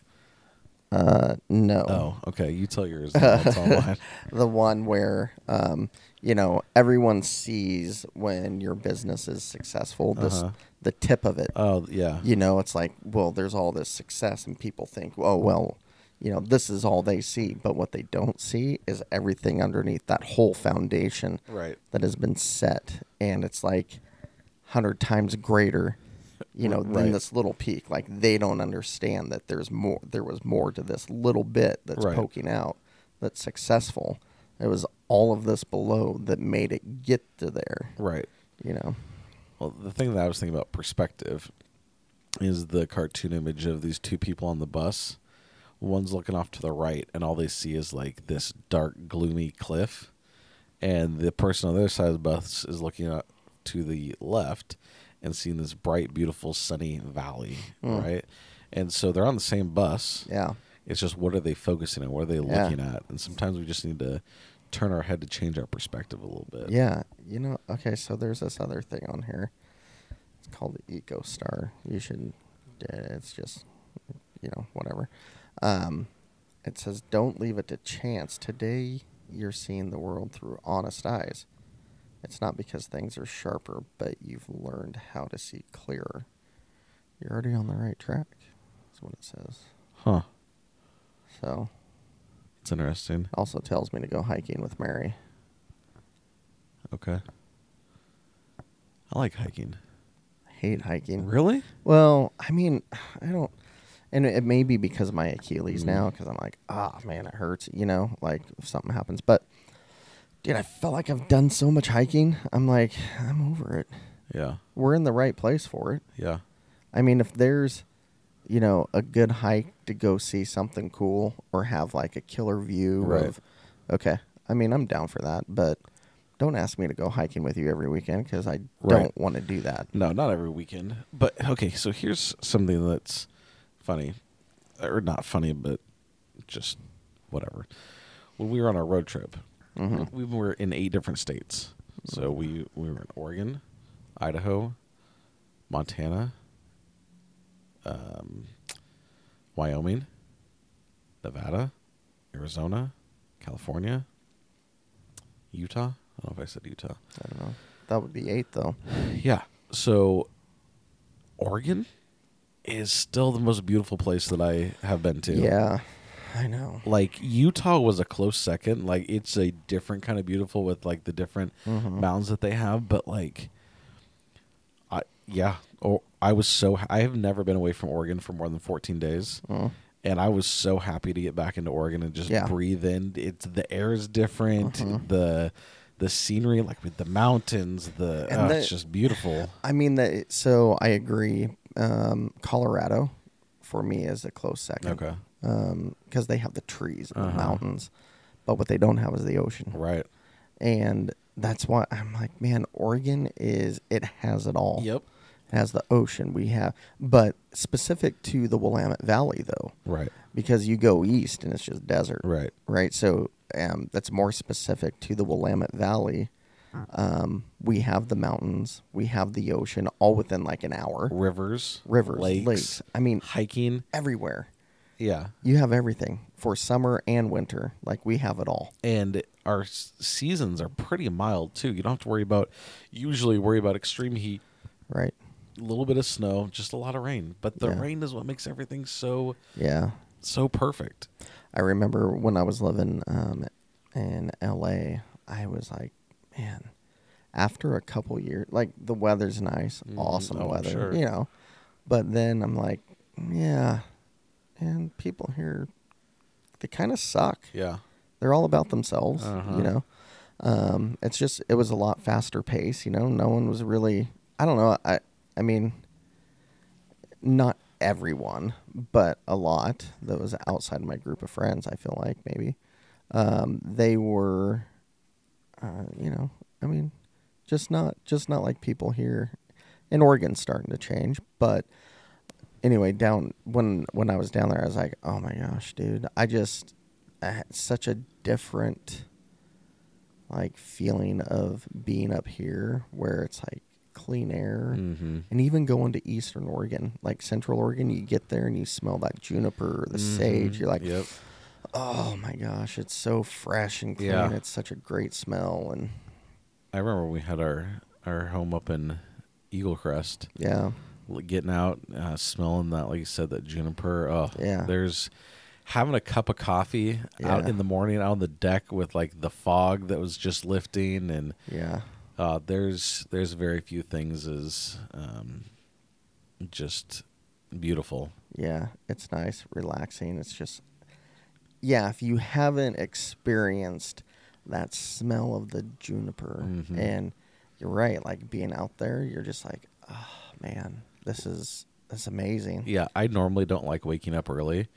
Speaker 1: uh, no.
Speaker 3: Oh, okay. You tell yours. and I'll tell mine.
Speaker 1: The one where, um, you know, everyone sees when your business is successful, this,
Speaker 3: Uh-huh.
Speaker 1: the tip of it.
Speaker 3: Oh, yeah.
Speaker 1: you know, it's like, well, there's all this success, and people think, oh, well, you know, this is all they see. But what they don't see is everything underneath that whole foundation
Speaker 3: Right.
Speaker 1: that has been set. And it's like 100 times greater, you know,
Speaker 3: Right.
Speaker 1: than this little peak. Like they don't understand that there's more, there was more to this little bit that's
Speaker 3: Right.
Speaker 1: poking out that's successful. It was all of this below that made it get to there,
Speaker 3: Right.
Speaker 1: you know.
Speaker 3: Well, the thing that I was thinking about perspective is the cartoon image of these two people on the bus. One's looking off to the right, and all they see is like this dark, gloomy cliff. And the person on the other side of the bus is looking up to the left and seeing this bright, beautiful, sunny valley, right? And so they're on the same bus.
Speaker 1: Hmm. Yeah.
Speaker 3: It's just what are they focusing on? What are they
Speaker 1: Yeah.
Speaker 3: looking at? And sometimes we just need to turn our head to change our perspective a little bit.
Speaker 1: Yeah, you know. Okay, so there's this other thing on here. It's called the Eco Star. You should. uh, It's just, you know, whatever. Um, it says, "Don't leave it to chance." Today, you're seeing the world through honest eyes. It's not because things are sharper, but you've learned how to see clearer. You're already on the right track. That's what it says.
Speaker 3: Huh.
Speaker 1: So,
Speaker 3: It's interesting.
Speaker 1: it also tells me to go hiking with Mary.
Speaker 3: Okay. I like hiking.
Speaker 1: I hate hiking.
Speaker 3: Really?
Speaker 1: Well, I mean, I don't, and it may be because of my Achilles
Speaker 3: Mm-hmm.
Speaker 1: now, because I'm like, ah, man, it hurts, you know, like if something happens. But, dude, I felt like I've done so much hiking. I'm like, I'm over it.
Speaker 3: Yeah.
Speaker 1: We're in the right place for it.
Speaker 3: Yeah.
Speaker 1: I mean, if there's, you know, a good hike to go see something cool or have like a killer view
Speaker 3: Right.
Speaker 1: of, okay, I mean, I'm down for that, but don't ask me to go hiking with you every weekend because I
Speaker 3: Right.
Speaker 1: don't want to do that.
Speaker 3: No, not every weekend. But okay, so here's something that's funny. Or not funny, but just whatever. When we were on our road trip, we were in eight different states. So we, we were in Oregon, Idaho, Montana, um, Wyoming, Nevada, Arizona, California, Utah. I don't know if I said Utah.
Speaker 1: I don't know. That would be eight, though.
Speaker 3: Yeah. So Oregon is still the most beautiful place that I have been to.
Speaker 1: Yeah, I know.
Speaker 3: Like Utah was a close second. Like it's a different kind of beautiful with like the different
Speaker 1: Mm-hmm.
Speaker 3: mountains that they have, but like I yeah, or I was so ha- I have never been away from Oregon for more than 14 days. And I was so happy to get back into Oregon and just
Speaker 1: Mm. Yeah. Mm-hmm.
Speaker 3: breathe in. It's the air is different, the the scenery like with the mountains, the,
Speaker 1: And
Speaker 3: oh,
Speaker 1: the-
Speaker 3: it's just beautiful.
Speaker 1: I mean that. So I agree. Um, Colorado, for me, is a close second.
Speaker 3: Okay. Uh-huh.
Speaker 1: Because they have the trees and the mountains, but what they don't have is the ocean.
Speaker 3: Right.
Speaker 1: And that's why I'm like, man, Oregon is it has it all.
Speaker 3: Yep.
Speaker 1: It has the ocean. We have, but specific to the Willamette Valley though,
Speaker 3: Right.
Speaker 1: because you go east and it's just desert.
Speaker 3: Right.
Speaker 1: right? So um, that's more specific to the Willamette Valley. Um, we have the mountains, we have the ocean, all within like an hour.
Speaker 3: Rivers.
Speaker 1: Rivers,
Speaker 3: Lakes.
Speaker 1: lakes. I mean,
Speaker 3: Hiking.
Speaker 1: everywhere.
Speaker 3: Yeah.
Speaker 1: You have everything for summer and winter. Like we have it all.
Speaker 3: And our s- seasons are pretty mild too. You don't have to worry about usually worry about extreme heat,
Speaker 1: Right.
Speaker 3: a little bit of snow, just a lot of rain. But the
Speaker 1: Yeah.
Speaker 3: rain is what makes everything so
Speaker 1: Yeah.
Speaker 3: so perfect.
Speaker 1: I remember when I was living um, in LA, I was like, man, after a couple years, like the weather's nice, awesome
Speaker 3: oh, I'm
Speaker 1: weather,
Speaker 3: sure.
Speaker 1: you know. But then I'm like, yeah, and people here, they kind of suck.
Speaker 3: Yeah.
Speaker 1: They're all about themselves,
Speaker 3: Uh-huh.
Speaker 1: you know. Um, it's just it was a lot faster pace, you know. No one was really I don't know. I I mean, not everyone, but a lot that was outside my group of friends. I feel like maybe um, they were, uh, you know, I mean, just not just not like people here in Oregon's starting to change, but anyway, down when when I was down there, I was like, oh my gosh, dude, I just I had such a different like feeling of being up here where it's like clean air
Speaker 3: Mm-hmm.
Speaker 1: and even going to eastern oregon like central oregon you get there and you smell that juniper or the sage you're like
Speaker 3: Mm-hmm. yep.
Speaker 1: oh my gosh it's so fresh and clean
Speaker 3: Yeah.
Speaker 1: it's such a great smell and
Speaker 3: I remember we had our our home up in Eagle Crest,
Speaker 1: yeah
Speaker 3: l- getting out, uh, smelling that, like you said, that juniper. Oh,
Speaker 1: Yeah.
Speaker 3: There's having a cup of coffee out
Speaker 1: Yeah.
Speaker 3: in the morning out on the deck with like the fog that was just lifting, and
Speaker 1: yeah
Speaker 3: uh, there's there's very few things as um, just beautiful.
Speaker 1: yeah it's nice relaxing it's just yeah if you haven't experienced that smell of the juniper
Speaker 3: Mhm.
Speaker 1: and you're right like being out there you're just like oh man this is this is amazing
Speaker 3: Yeah, I normally don't like waking up early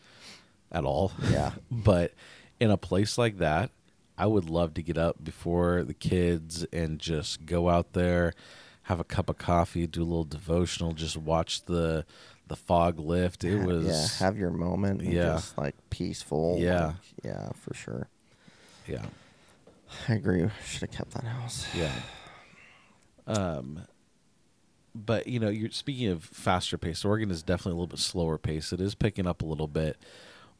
Speaker 3: at all.
Speaker 1: Yeah.
Speaker 3: but in a place like that, I would love to get up before the kids and just go out there, have a cup of coffee, do a little devotional, just watch the the fog lift. It
Speaker 1: Ha-
Speaker 3: was
Speaker 1: yeah have your moment and
Speaker 3: Yeah.
Speaker 1: just like peaceful
Speaker 3: Yeah.
Speaker 1: like, yeah for sure
Speaker 3: yeah.
Speaker 1: i agree should have kept that house
Speaker 3: Yeah. Um, but you know, you're speaking of faster pace. Oregon is definitely a little bit slower pace. It is picking up a little bit,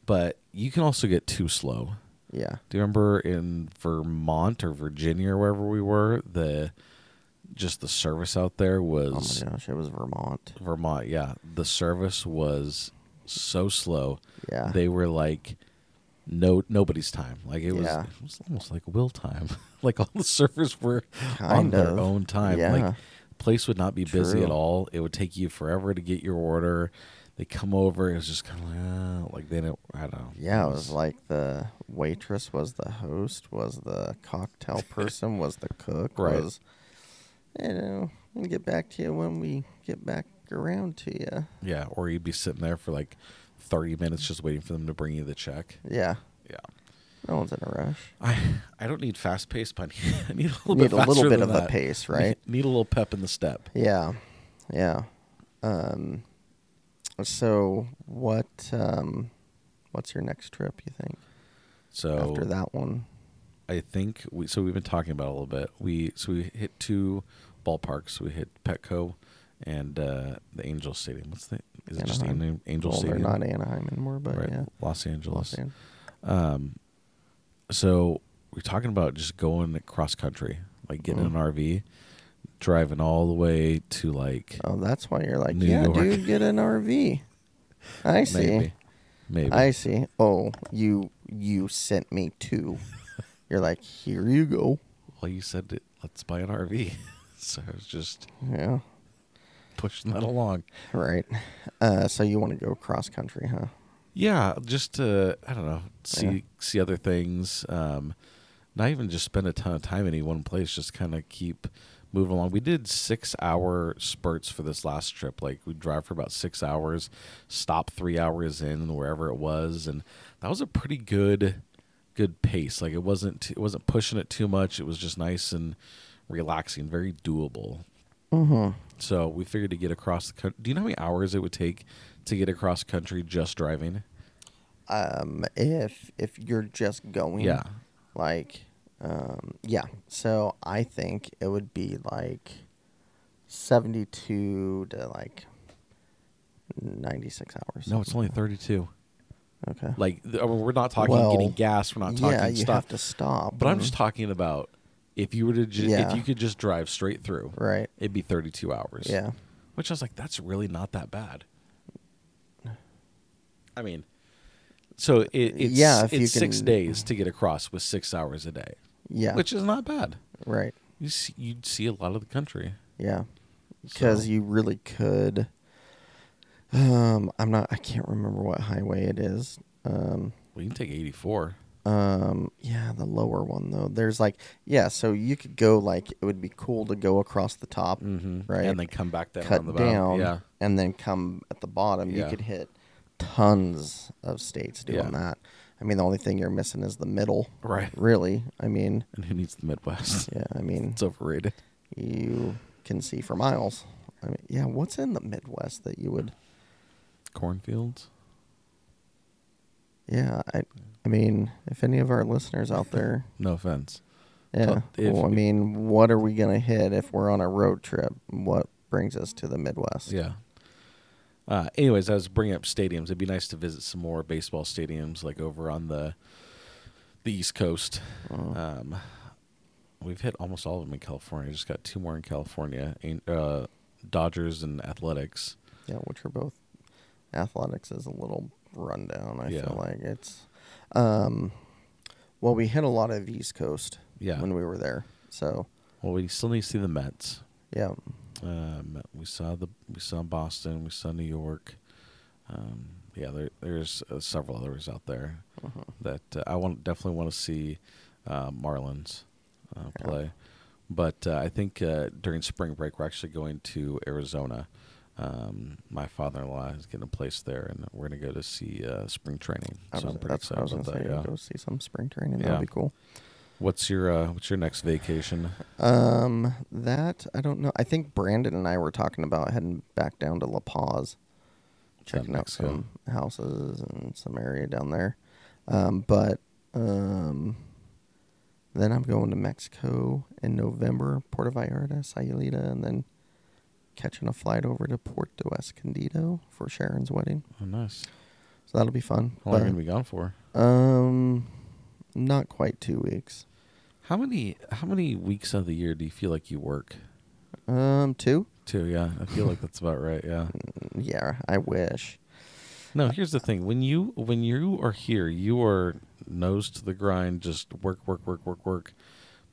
Speaker 3: but you can also get too slow.
Speaker 1: yeah
Speaker 3: Do you remember in Vermont or Virginia or wherever we were, the just the service out there
Speaker 1: oh
Speaker 3: was
Speaker 1: my gosh it was vermont
Speaker 3: Vermont, yeah. The service was so slow.
Speaker 1: Yeah.
Speaker 3: They were like no nobody's time. Like it was
Speaker 1: Yeah.
Speaker 3: it was almost like will time. like all the servers were on
Speaker 1: Kind
Speaker 3: their
Speaker 1: of.
Speaker 3: own time.
Speaker 1: Yeah.
Speaker 3: Like place would not be busy
Speaker 1: True.
Speaker 3: at all. It would take you forever to get your order. They come over, it was just kinda like, uh, like they didn't I don't know.
Speaker 1: yeah it was like the waitress was the host was the cocktail person was the cook
Speaker 3: Right.
Speaker 1: was you know we'll get back to you when we get back around to you
Speaker 3: Yeah, or you'd be sitting there for like 30 minutes just waiting for them to bring you the check.
Speaker 1: yeah
Speaker 3: Yeah.
Speaker 1: no one's in a rush
Speaker 3: I I don't need fast pace, but I need a little
Speaker 1: Need
Speaker 3: bit
Speaker 1: a little
Speaker 3: faster
Speaker 1: bit
Speaker 3: than
Speaker 1: of a
Speaker 3: that.
Speaker 1: pace, right?
Speaker 3: Need, need a little pep in the step.
Speaker 1: Yeah, yeah. Um, so what? Um, what's your next trip? You think
Speaker 3: So
Speaker 1: after that one?
Speaker 3: I think we so we've been talking about it a little bit. We so we hit two ballparks. We hit Petco and uh, the Angel Stadium. What's the is it just
Speaker 1: Anaheim.
Speaker 3: An- Angel
Speaker 1: well,
Speaker 3: Stadium?
Speaker 1: they're not Anaheim anymore, but
Speaker 3: right,
Speaker 1: yeah,
Speaker 3: Los Angeles.
Speaker 1: Los Angeles.
Speaker 3: so we're talking about just going cross country, like getting
Speaker 1: Mm-hmm.
Speaker 3: an RV, driving all the way to like
Speaker 1: Oh, that's why you're like,
Speaker 3: New
Speaker 1: yeah,
Speaker 3: York.
Speaker 1: dude, get an RV. I see.
Speaker 3: maybe, maybe
Speaker 1: I see. Oh, you you sent me two. you're like, here you go.
Speaker 3: Well, you said it, let's buy an RV, so I was just
Speaker 1: Yeah,
Speaker 3: pushing that along.
Speaker 1: right. Uh, so you want to go cross country, huh?
Speaker 3: Yeah, just to I don't know, see
Speaker 1: Yeah.
Speaker 3: see other things. Um, not even just spend a ton of time in any one place. Just kind of keep moving along. We did six hour spurts for this last trip. Like we drive for about six hours, stop three hours in wherever it was, and that was a pretty good good pace. Like it wasn't t- it wasn't pushing it too much. It was just nice and relaxing, very doable.
Speaker 1: Mm-hmm.
Speaker 3: So we figured to get across the country. Do you know how many hours it would take to get across country just driving?
Speaker 1: um if if you're just going
Speaker 3: Yeah.
Speaker 1: like um yeah so i think it would be like 72 to like 96 hours
Speaker 3: No, it's only 32.
Speaker 1: okay
Speaker 3: Like, th- I mean, we're not talking
Speaker 1: Well,
Speaker 3: getting gas. We're not talking
Speaker 1: yeah you
Speaker 3: stuff.
Speaker 1: have to stop
Speaker 3: but I'm
Speaker 1: and-
Speaker 3: just talking about if you were to ju-
Speaker 1: Yeah.
Speaker 3: if you could just drive straight through,
Speaker 1: right
Speaker 3: it'd be 32 hours.
Speaker 1: yeah
Speaker 3: Which I was like, that's really not that bad. I mean, so it, it's
Speaker 1: Yeah, if you
Speaker 3: it's six
Speaker 1: can-
Speaker 3: days to get across with six hours a day,
Speaker 1: yeah
Speaker 3: which is not bad.
Speaker 1: right
Speaker 3: You see, you'd see a lot of the country.
Speaker 1: Yeah, because
Speaker 3: So-
Speaker 1: you really could. Um, I'm not. I can't remember what highway it is. Um,
Speaker 3: Well, you can take 84.
Speaker 1: Um, yeah, the lower one though. There's like, yeah, so you could go like it would be cool to go across the top, Mm-hmm. right?
Speaker 3: Mm-hmm. And then come back down on the
Speaker 1: cut
Speaker 3: bottom.
Speaker 1: down,
Speaker 3: Yeah.
Speaker 1: and then come at the bottom.
Speaker 3: Yeah.
Speaker 1: You could hit tons of states doing
Speaker 3: Yeah.
Speaker 1: that. I mean, the only thing you're missing is the middle,
Speaker 3: Right.
Speaker 1: Really, I mean,
Speaker 3: And who needs the Midwest?
Speaker 1: yeah, I mean,
Speaker 3: It's overrated.
Speaker 1: you can see for miles. I mean, yeah, what's in the Midwest that you would?
Speaker 3: Cornfields.
Speaker 1: Yeah, I, I mean, if any of our listeners out there,
Speaker 3: No offense.
Speaker 1: yeah,
Speaker 3: if-
Speaker 1: well, I mean, what are we gonna hit if we're on a road trip? What brings us to the Midwest?
Speaker 3: Yeah. Uh, anyways, I was bringing up stadiums. It'd be nice to visit some more baseball stadiums, like over on the the East Coast. Um, we've hit almost all of them in California. Just got two more in California: An- uh, Dodgers and Athletics.
Speaker 1: Yeah, which are both athletics is a little rundown. I
Speaker 3: Yeah.
Speaker 1: feel like it's, um, well, we hit a lot of East Coast.
Speaker 3: Yeah.
Speaker 1: when we were there. So
Speaker 3: Well, we still need to see the Mets.
Speaker 1: yeah,
Speaker 3: Um, we saw the we saw Boston. We saw New York. Um, yeah, there, there's uh, several others out there
Speaker 1: Uh-huh.
Speaker 3: that uh, I want definitely want to see uh, Marlins uh, play. But uh, I think uh, during spring break we're actually going to Arizona. Um, my father-in-law is getting a place there, and we're going to go to see uh, spring training.
Speaker 1: I
Speaker 3: so
Speaker 1: was,
Speaker 3: I'm pretty
Speaker 1: that's what I
Speaker 3: excited
Speaker 1: was
Speaker 3: about
Speaker 1: gonna
Speaker 3: that.
Speaker 1: say.
Speaker 3: Yeah.
Speaker 1: Go see some spring training.
Speaker 3: Yeah.
Speaker 1: That'd be cool.
Speaker 3: What's your uh, What's your next vacation?
Speaker 1: Um, that I don't know. I think Brandon and I were talking about heading back down to La Paz, checking out
Speaker 3: Mexico?
Speaker 1: some houses and some area down there. Um, but um, then I'm going to Mexico in November, Puerto Vallarta, Sayulita, and then catching a flight over to Puerto Escondido for Sharon's wedding.
Speaker 3: Oh, nice.
Speaker 1: So that'll be fun.
Speaker 3: How long are
Speaker 1: But,
Speaker 3: you going to be gone for?
Speaker 1: um, not quite two weeks.
Speaker 3: How many how many weeks of the year do you feel like you work?
Speaker 1: Um, two.
Speaker 3: Too, yeah. I feel like that's about right, yeah.
Speaker 1: Yeah, I wish.
Speaker 3: No, here's the thing. When you when you are here, you are nose to the grind, just work, work, work, work, work.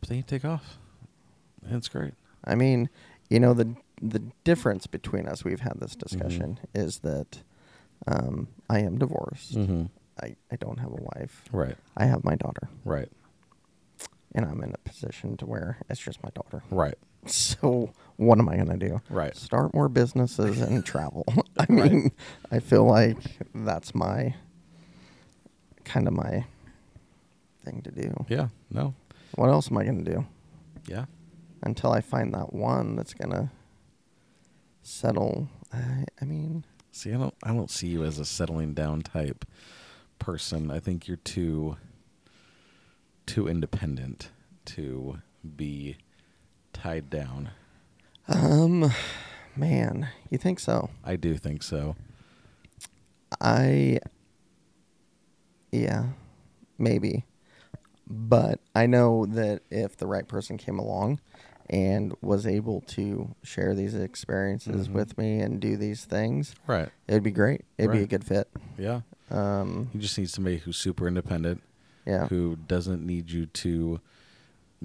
Speaker 3: But then you take off. And it's great.
Speaker 1: I mean, you know the the difference between us. We've had this discussion
Speaker 3: Mm-hmm.
Speaker 1: is that um, I am divorced.
Speaker 3: Mhm.
Speaker 1: I I don't have a wife.
Speaker 3: Right.
Speaker 1: I have my daughter,
Speaker 3: Right.
Speaker 1: and I'm in a position to where it's just my daughter.
Speaker 3: Right.
Speaker 1: So what am I gonna do?
Speaker 3: Right.
Speaker 1: Start more businesses and travel. I mean, I feel like that's my kind of my thing to do.
Speaker 3: Yeah. No.
Speaker 1: What else am I gonna do?
Speaker 3: Yeah.
Speaker 1: until I find that one that's gonna settle. I, I mean,
Speaker 3: See, I don't I don't see you as a settling down type person. I think you're too too independent to be tied down.
Speaker 1: um, man, you think so?
Speaker 3: I do think so.
Speaker 1: I, yeah, maybe, but I know that if the right person came along and was able to share these experiences with me and do these things,
Speaker 3: Mm-hmm. Right.
Speaker 1: it'd be great. It'd be a
Speaker 3: Right.
Speaker 1: good fit.
Speaker 3: Yeah.
Speaker 1: Um,
Speaker 3: You just need somebody who's super independent,
Speaker 1: yeah,
Speaker 3: who doesn't need you to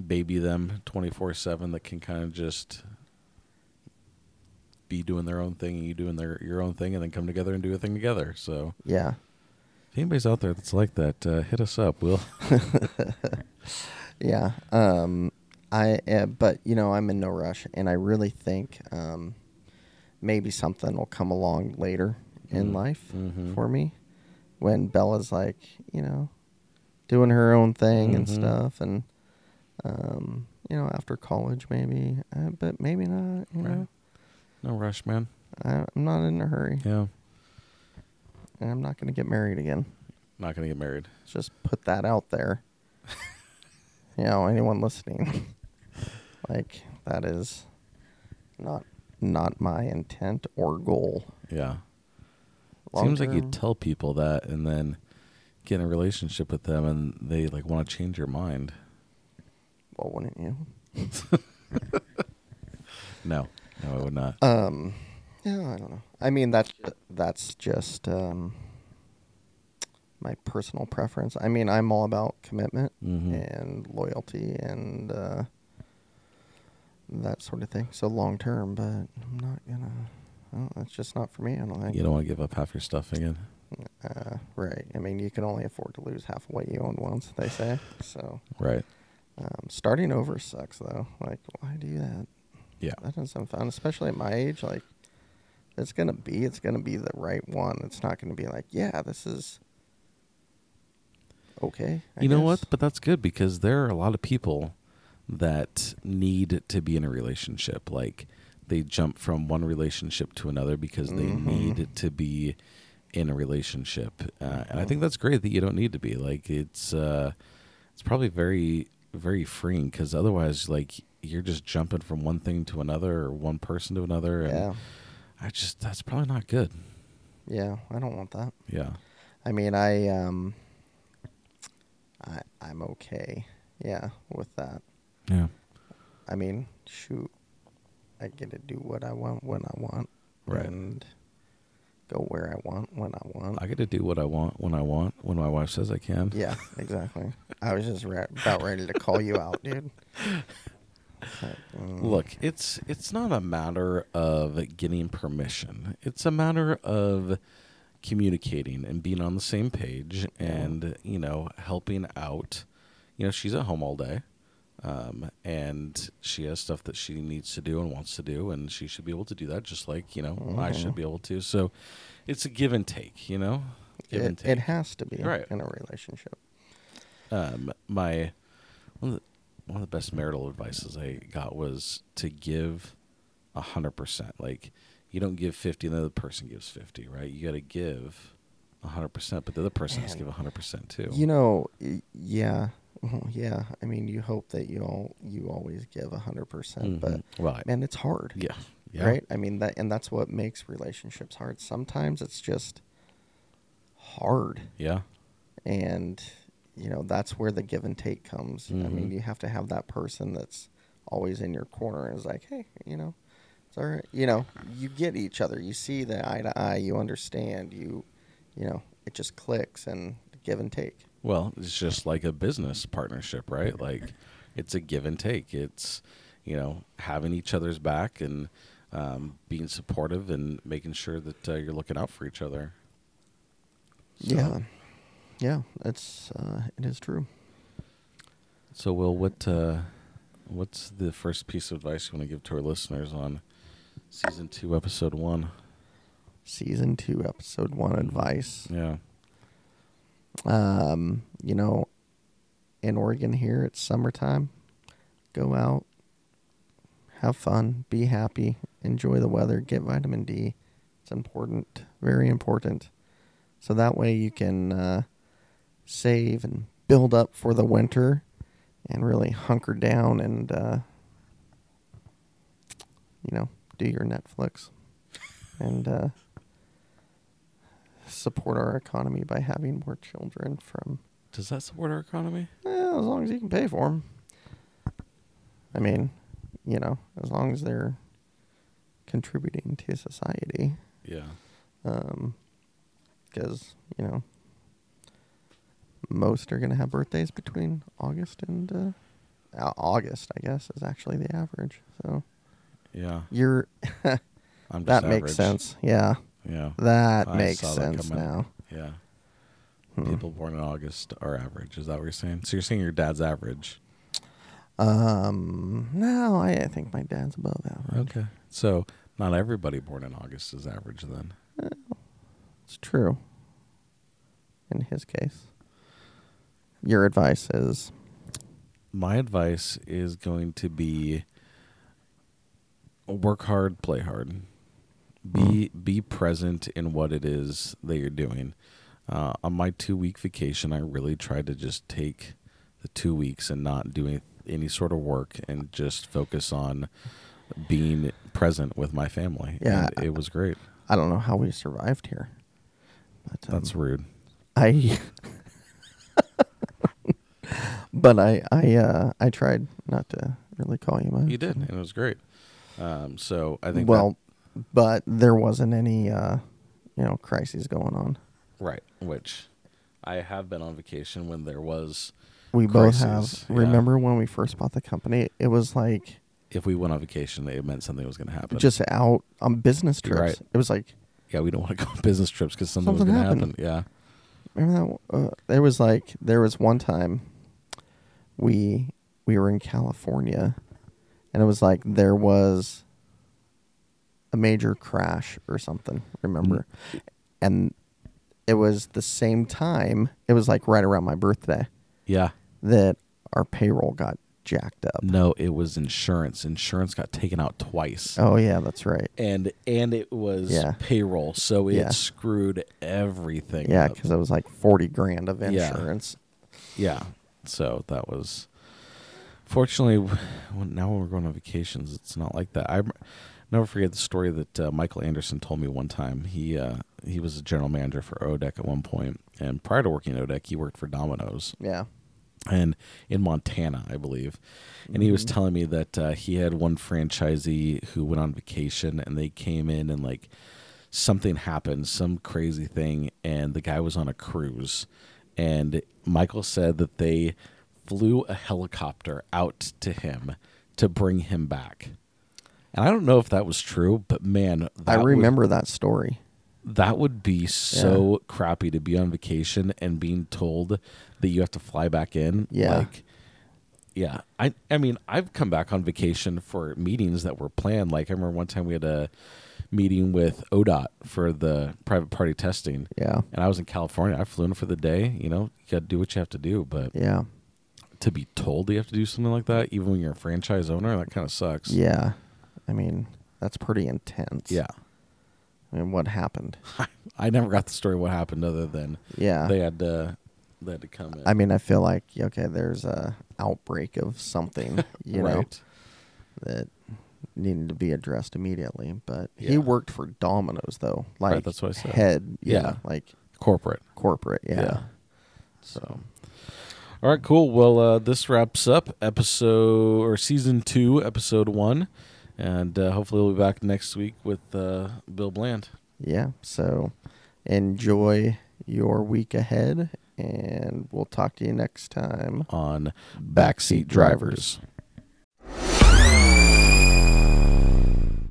Speaker 3: baby them 24 7, that can kind of just be doing their own thing and you doing their your own thing and then come together and do a thing together. So
Speaker 1: yeah.
Speaker 3: if anybody's out there that's like that, uh, hit us up. We'll
Speaker 1: Yeah. Um, I uh, but you know I'm in no rush, and I really think um, maybe something will come along later in life
Speaker 3: Mhm.
Speaker 1: for me when Bella's like you know doing her own thing and
Speaker 3: Mhm.
Speaker 1: stuff, and um, you know after college maybe, uh, but maybe not. You
Speaker 3: Right.
Speaker 1: know,
Speaker 3: no rush, man.
Speaker 1: I, I'm not in a hurry,
Speaker 3: Yeah.
Speaker 1: and I'm not going to get married again.
Speaker 3: Not going to get married.
Speaker 1: Let's just put that out there. you know, anyone listening, like that is not not my intent or goal.
Speaker 3: Yeah. Seems like you
Speaker 1: Long-term,
Speaker 3: tell people that and then get in a relationship with them and they like want to change your mind.
Speaker 1: well, wouldn't you?
Speaker 3: No. No, I would not.
Speaker 1: Um, yeah, I don't know. I mean, that's that's just um, my personal preference. I mean, I'm all about commitment
Speaker 3: Mhm.
Speaker 1: and loyalty and uh, that sort of thing. So long term, but I'm not gonna. I don't, that's just not for me. I don't think.
Speaker 3: You don't want to give up half your stuff again.
Speaker 1: Uh, right. I mean, you can only afford to lose half of what you own once, they say. So
Speaker 3: Right.
Speaker 1: um, starting over sucks, though. Like, why do that?
Speaker 3: Yeah.
Speaker 1: That doesn't sound fun, especially at my age. Like, it's gonna be, it's gonna be the right one. It's not gonna be like, yeah, this is okay. I
Speaker 3: you know
Speaker 1: guess.
Speaker 3: what? But that's good because there are a lot of people that need to be in a relationship. Like they jump from one relationship to another because they
Speaker 1: Mm-hmm.
Speaker 3: need to be in a relationship, uh, and I
Speaker 1: Mm-hmm.
Speaker 3: think that's great that you don't need to be. Like it's uh, it's probably very very freeing because otherwise, like you're just jumping from one thing to another or one person to another, and
Speaker 1: Yeah,
Speaker 3: I just that's probably not good.
Speaker 1: yeah. I don't want that.
Speaker 3: Yeah,
Speaker 1: I mean, I um, I I'm okay. Yeah, with that.
Speaker 3: yeah,
Speaker 1: I mean, shoot, I get to do what I want when I want,
Speaker 3: Right.
Speaker 1: And go where I want when I want.
Speaker 3: I get to do what I want when I want when my wife says I can.
Speaker 1: Yeah, exactly. I was just ra- about ready to call you out, dude. Like, mm,
Speaker 3: Look, it's it's not a matter of getting permission. It's a matter of communicating and being on the same page and, you know, helping out. You know, she's at home all day. Um, and she has stuff that she needs to do and wants to do and she should be able to do that just like, you know,
Speaker 1: Mm-hmm.
Speaker 3: I should be able to. So it's a give and take, you know? Give and
Speaker 1: it,
Speaker 3: take.
Speaker 1: it has to be
Speaker 3: Right.
Speaker 1: in a relationship.
Speaker 3: um, my one of, the, one of the best marital advices I got was to give a hundred percent. Like you don't give fifty, and the other person gives fifty, right? You got to give a hundred percent, but the other person has to
Speaker 1: Man.
Speaker 3: give a hundred percent too.
Speaker 1: You know, y- yeah, well, yeah. I mean, you hope that you all you always give a hundred percent, but
Speaker 3: Mm-hmm. right?
Speaker 1: man, it's hard.
Speaker 3: yeah, yeah,
Speaker 1: right i mean that and that's what makes relationships hard sometimes it's just hard
Speaker 3: yeah,
Speaker 1: and you know that's where the give and take comes i mean
Speaker 3: Mhm.
Speaker 1: you have to have that person that's always in your corner and is like hey you know it's all right you know you get each other you see the eye to eye you understand you you know it just clicks and give and take
Speaker 3: Well, it's just like a business partnership, right? Like it's a give and take. It's you know having each other's back and um, being supportive and making sure that uh, you're looking out for each other.
Speaker 1: yeah yeah that's uh, it is true
Speaker 3: So, Will, what uh, what's the first piece of advice you want to give to our listeners on season two, episode one?
Speaker 1: season two episode one advice
Speaker 3: Yeah,
Speaker 1: um, you know, in Oregon here, it's summertime. Go out, have fun, be happy, enjoy the weather, get vitamin D. It's important, very important. So that way you can uh, save and build up for the winter and really hunker down and, uh, you know, do your Netflix and uh, support our economy by having more children from
Speaker 3: does that support our economy?
Speaker 1: well, as long as you can pay for them. I mean, you know, as long as they're contributing to society,
Speaker 3: Yeah,
Speaker 1: because you know, most are gonna have birthdays between August and uh, Au- August. I guess is actually the average. So
Speaker 3: yeah.
Speaker 1: you're that
Speaker 3: I'm just
Speaker 1: makes
Speaker 3: average.
Speaker 1: sense. Yeah,
Speaker 3: Yeah,
Speaker 1: that
Speaker 3: I
Speaker 1: makes
Speaker 3: saw that
Speaker 1: sense
Speaker 3: coming.
Speaker 1: now.
Speaker 3: yeah.
Speaker 1: Hmm.
Speaker 3: People born in August are average. Is that what you're saying? So you're saying your dad's average?
Speaker 1: Um, no, I, I think my dad's above average.
Speaker 3: Okay. So not everybody born in August is average then.
Speaker 1: It's true. In his case, your advice is
Speaker 3: my advice is going to be work hard, play hard. Be
Speaker 1: Hmm.
Speaker 3: be present in what it is that you're doing. Uh, on my two week vacation, I really tried to just take the two weeks and not do any, any sort of work and just focus on being present with my family.
Speaker 1: Yeah.
Speaker 3: and it was great.
Speaker 1: I don't know how we survived here. But, um,
Speaker 3: That's rude.
Speaker 1: I. but I I uh, I tried not to really call you much.
Speaker 3: You did, and it was great. Um, so I think that-
Speaker 1: well, but there wasn't any uh, you know crises going on.
Speaker 3: right, which I have been on vacation when there was.
Speaker 1: We
Speaker 3: Crises,
Speaker 1: both have.
Speaker 3: yeah.
Speaker 1: Remember when we first bought the company? It was like
Speaker 3: if we went on vacation, it meant something was going to happen.
Speaker 1: just out on business
Speaker 3: You're
Speaker 1: trips.
Speaker 3: right.
Speaker 1: It was like
Speaker 3: yeah, we don't want to go on business trips because something, was
Speaker 1: Something
Speaker 3: going to happen.
Speaker 1: happened.
Speaker 3: Yeah,
Speaker 1: remember that uh, there was like there was one time we we were in California and it was like there was a major crash or something remember
Speaker 3: Mm-hmm.
Speaker 1: and it was the same time it was like right around my birthday
Speaker 3: Yeah.
Speaker 1: that our payroll got jacked up
Speaker 3: No, it was insurance. Insurance got taken out twice.
Speaker 1: oh yeah that's right
Speaker 3: And and it was
Speaker 1: Yeah.
Speaker 3: payroll, so it
Speaker 1: Yeah.
Speaker 3: screwed everything.
Speaker 1: yeah
Speaker 3: up.
Speaker 1: because it was like 40 grand of
Speaker 3: uh, Yeah.
Speaker 1: insurance
Speaker 3: yeah. So that was fortunately when, now when we're going on vacations, it's not like that. I rem- never forget the story that uh, Michael Anderson told me one time. He uh, he was a general manager for ODEC at one point, and prior to working at ODEC, he worked for Domino's.
Speaker 1: yeah
Speaker 3: and in Montana, I believe. And he was telling me that uh, he had one franchisee who went on vacation and they came in and like something happened, some crazy thing, and the guy was on a cruise. And Michael said that they flew a helicopter out to him to bring him back. And I don't know if that was true, but man,
Speaker 1: i
Speaker 3: that was-
Speaker 1: remember that story
Speaker 3: that would be so crappy to be on vacation and being told that you have to fly back in.
Speaker 1: Yeah.
Speaker 3: Like, yeah. I I mean, I've come back on vacation for meetings that were planned. Like I remember one time we had a meeting with ODOT for the private party testing.
Speaker 1: yeah
Speaker 3: And I was in California. I flew in for the day, you know, you gotta do what you have to do. But
Speaker 1: yeah
Speaker 3: to be told that you have to do something like that, even when you're a franchise owner, that kinda sucks.
Speaker 1: yeah i mean that's pretty intense
Speaker 3: Yeah.
Speaker 1: i mean what happened
Speaker 3: I never got the story of what happened other than
Speaker 1: yeah
Speaker 3: they had uh they had to come in.
Speaker 1: I mean, I feel like okay, there's a outbreak of something, you know, that needed to be addressed immediately. But
Speaker 3: Yeah.
Speaker 1: he worked for Domino's though, like
Speaker 3: that's what I said.
Speaker 1: head, yeah,
Speaker 3: Yeah.
Speaker 1: like
Speaker 3: corporate.
Speaker 1: corporate, yeah.
Speaker 3: Yeah. So, all right, cool. Well, uh, this wraps up episode or season two, episode one, and uh, hopefully we'll be back next week with uh, Bill Bland.
Speaker 1: Yeah. So enjoy your week ahead, and we'll talk to you next time.
Speaker 3: on
Speaker 1: Backseat Drivers.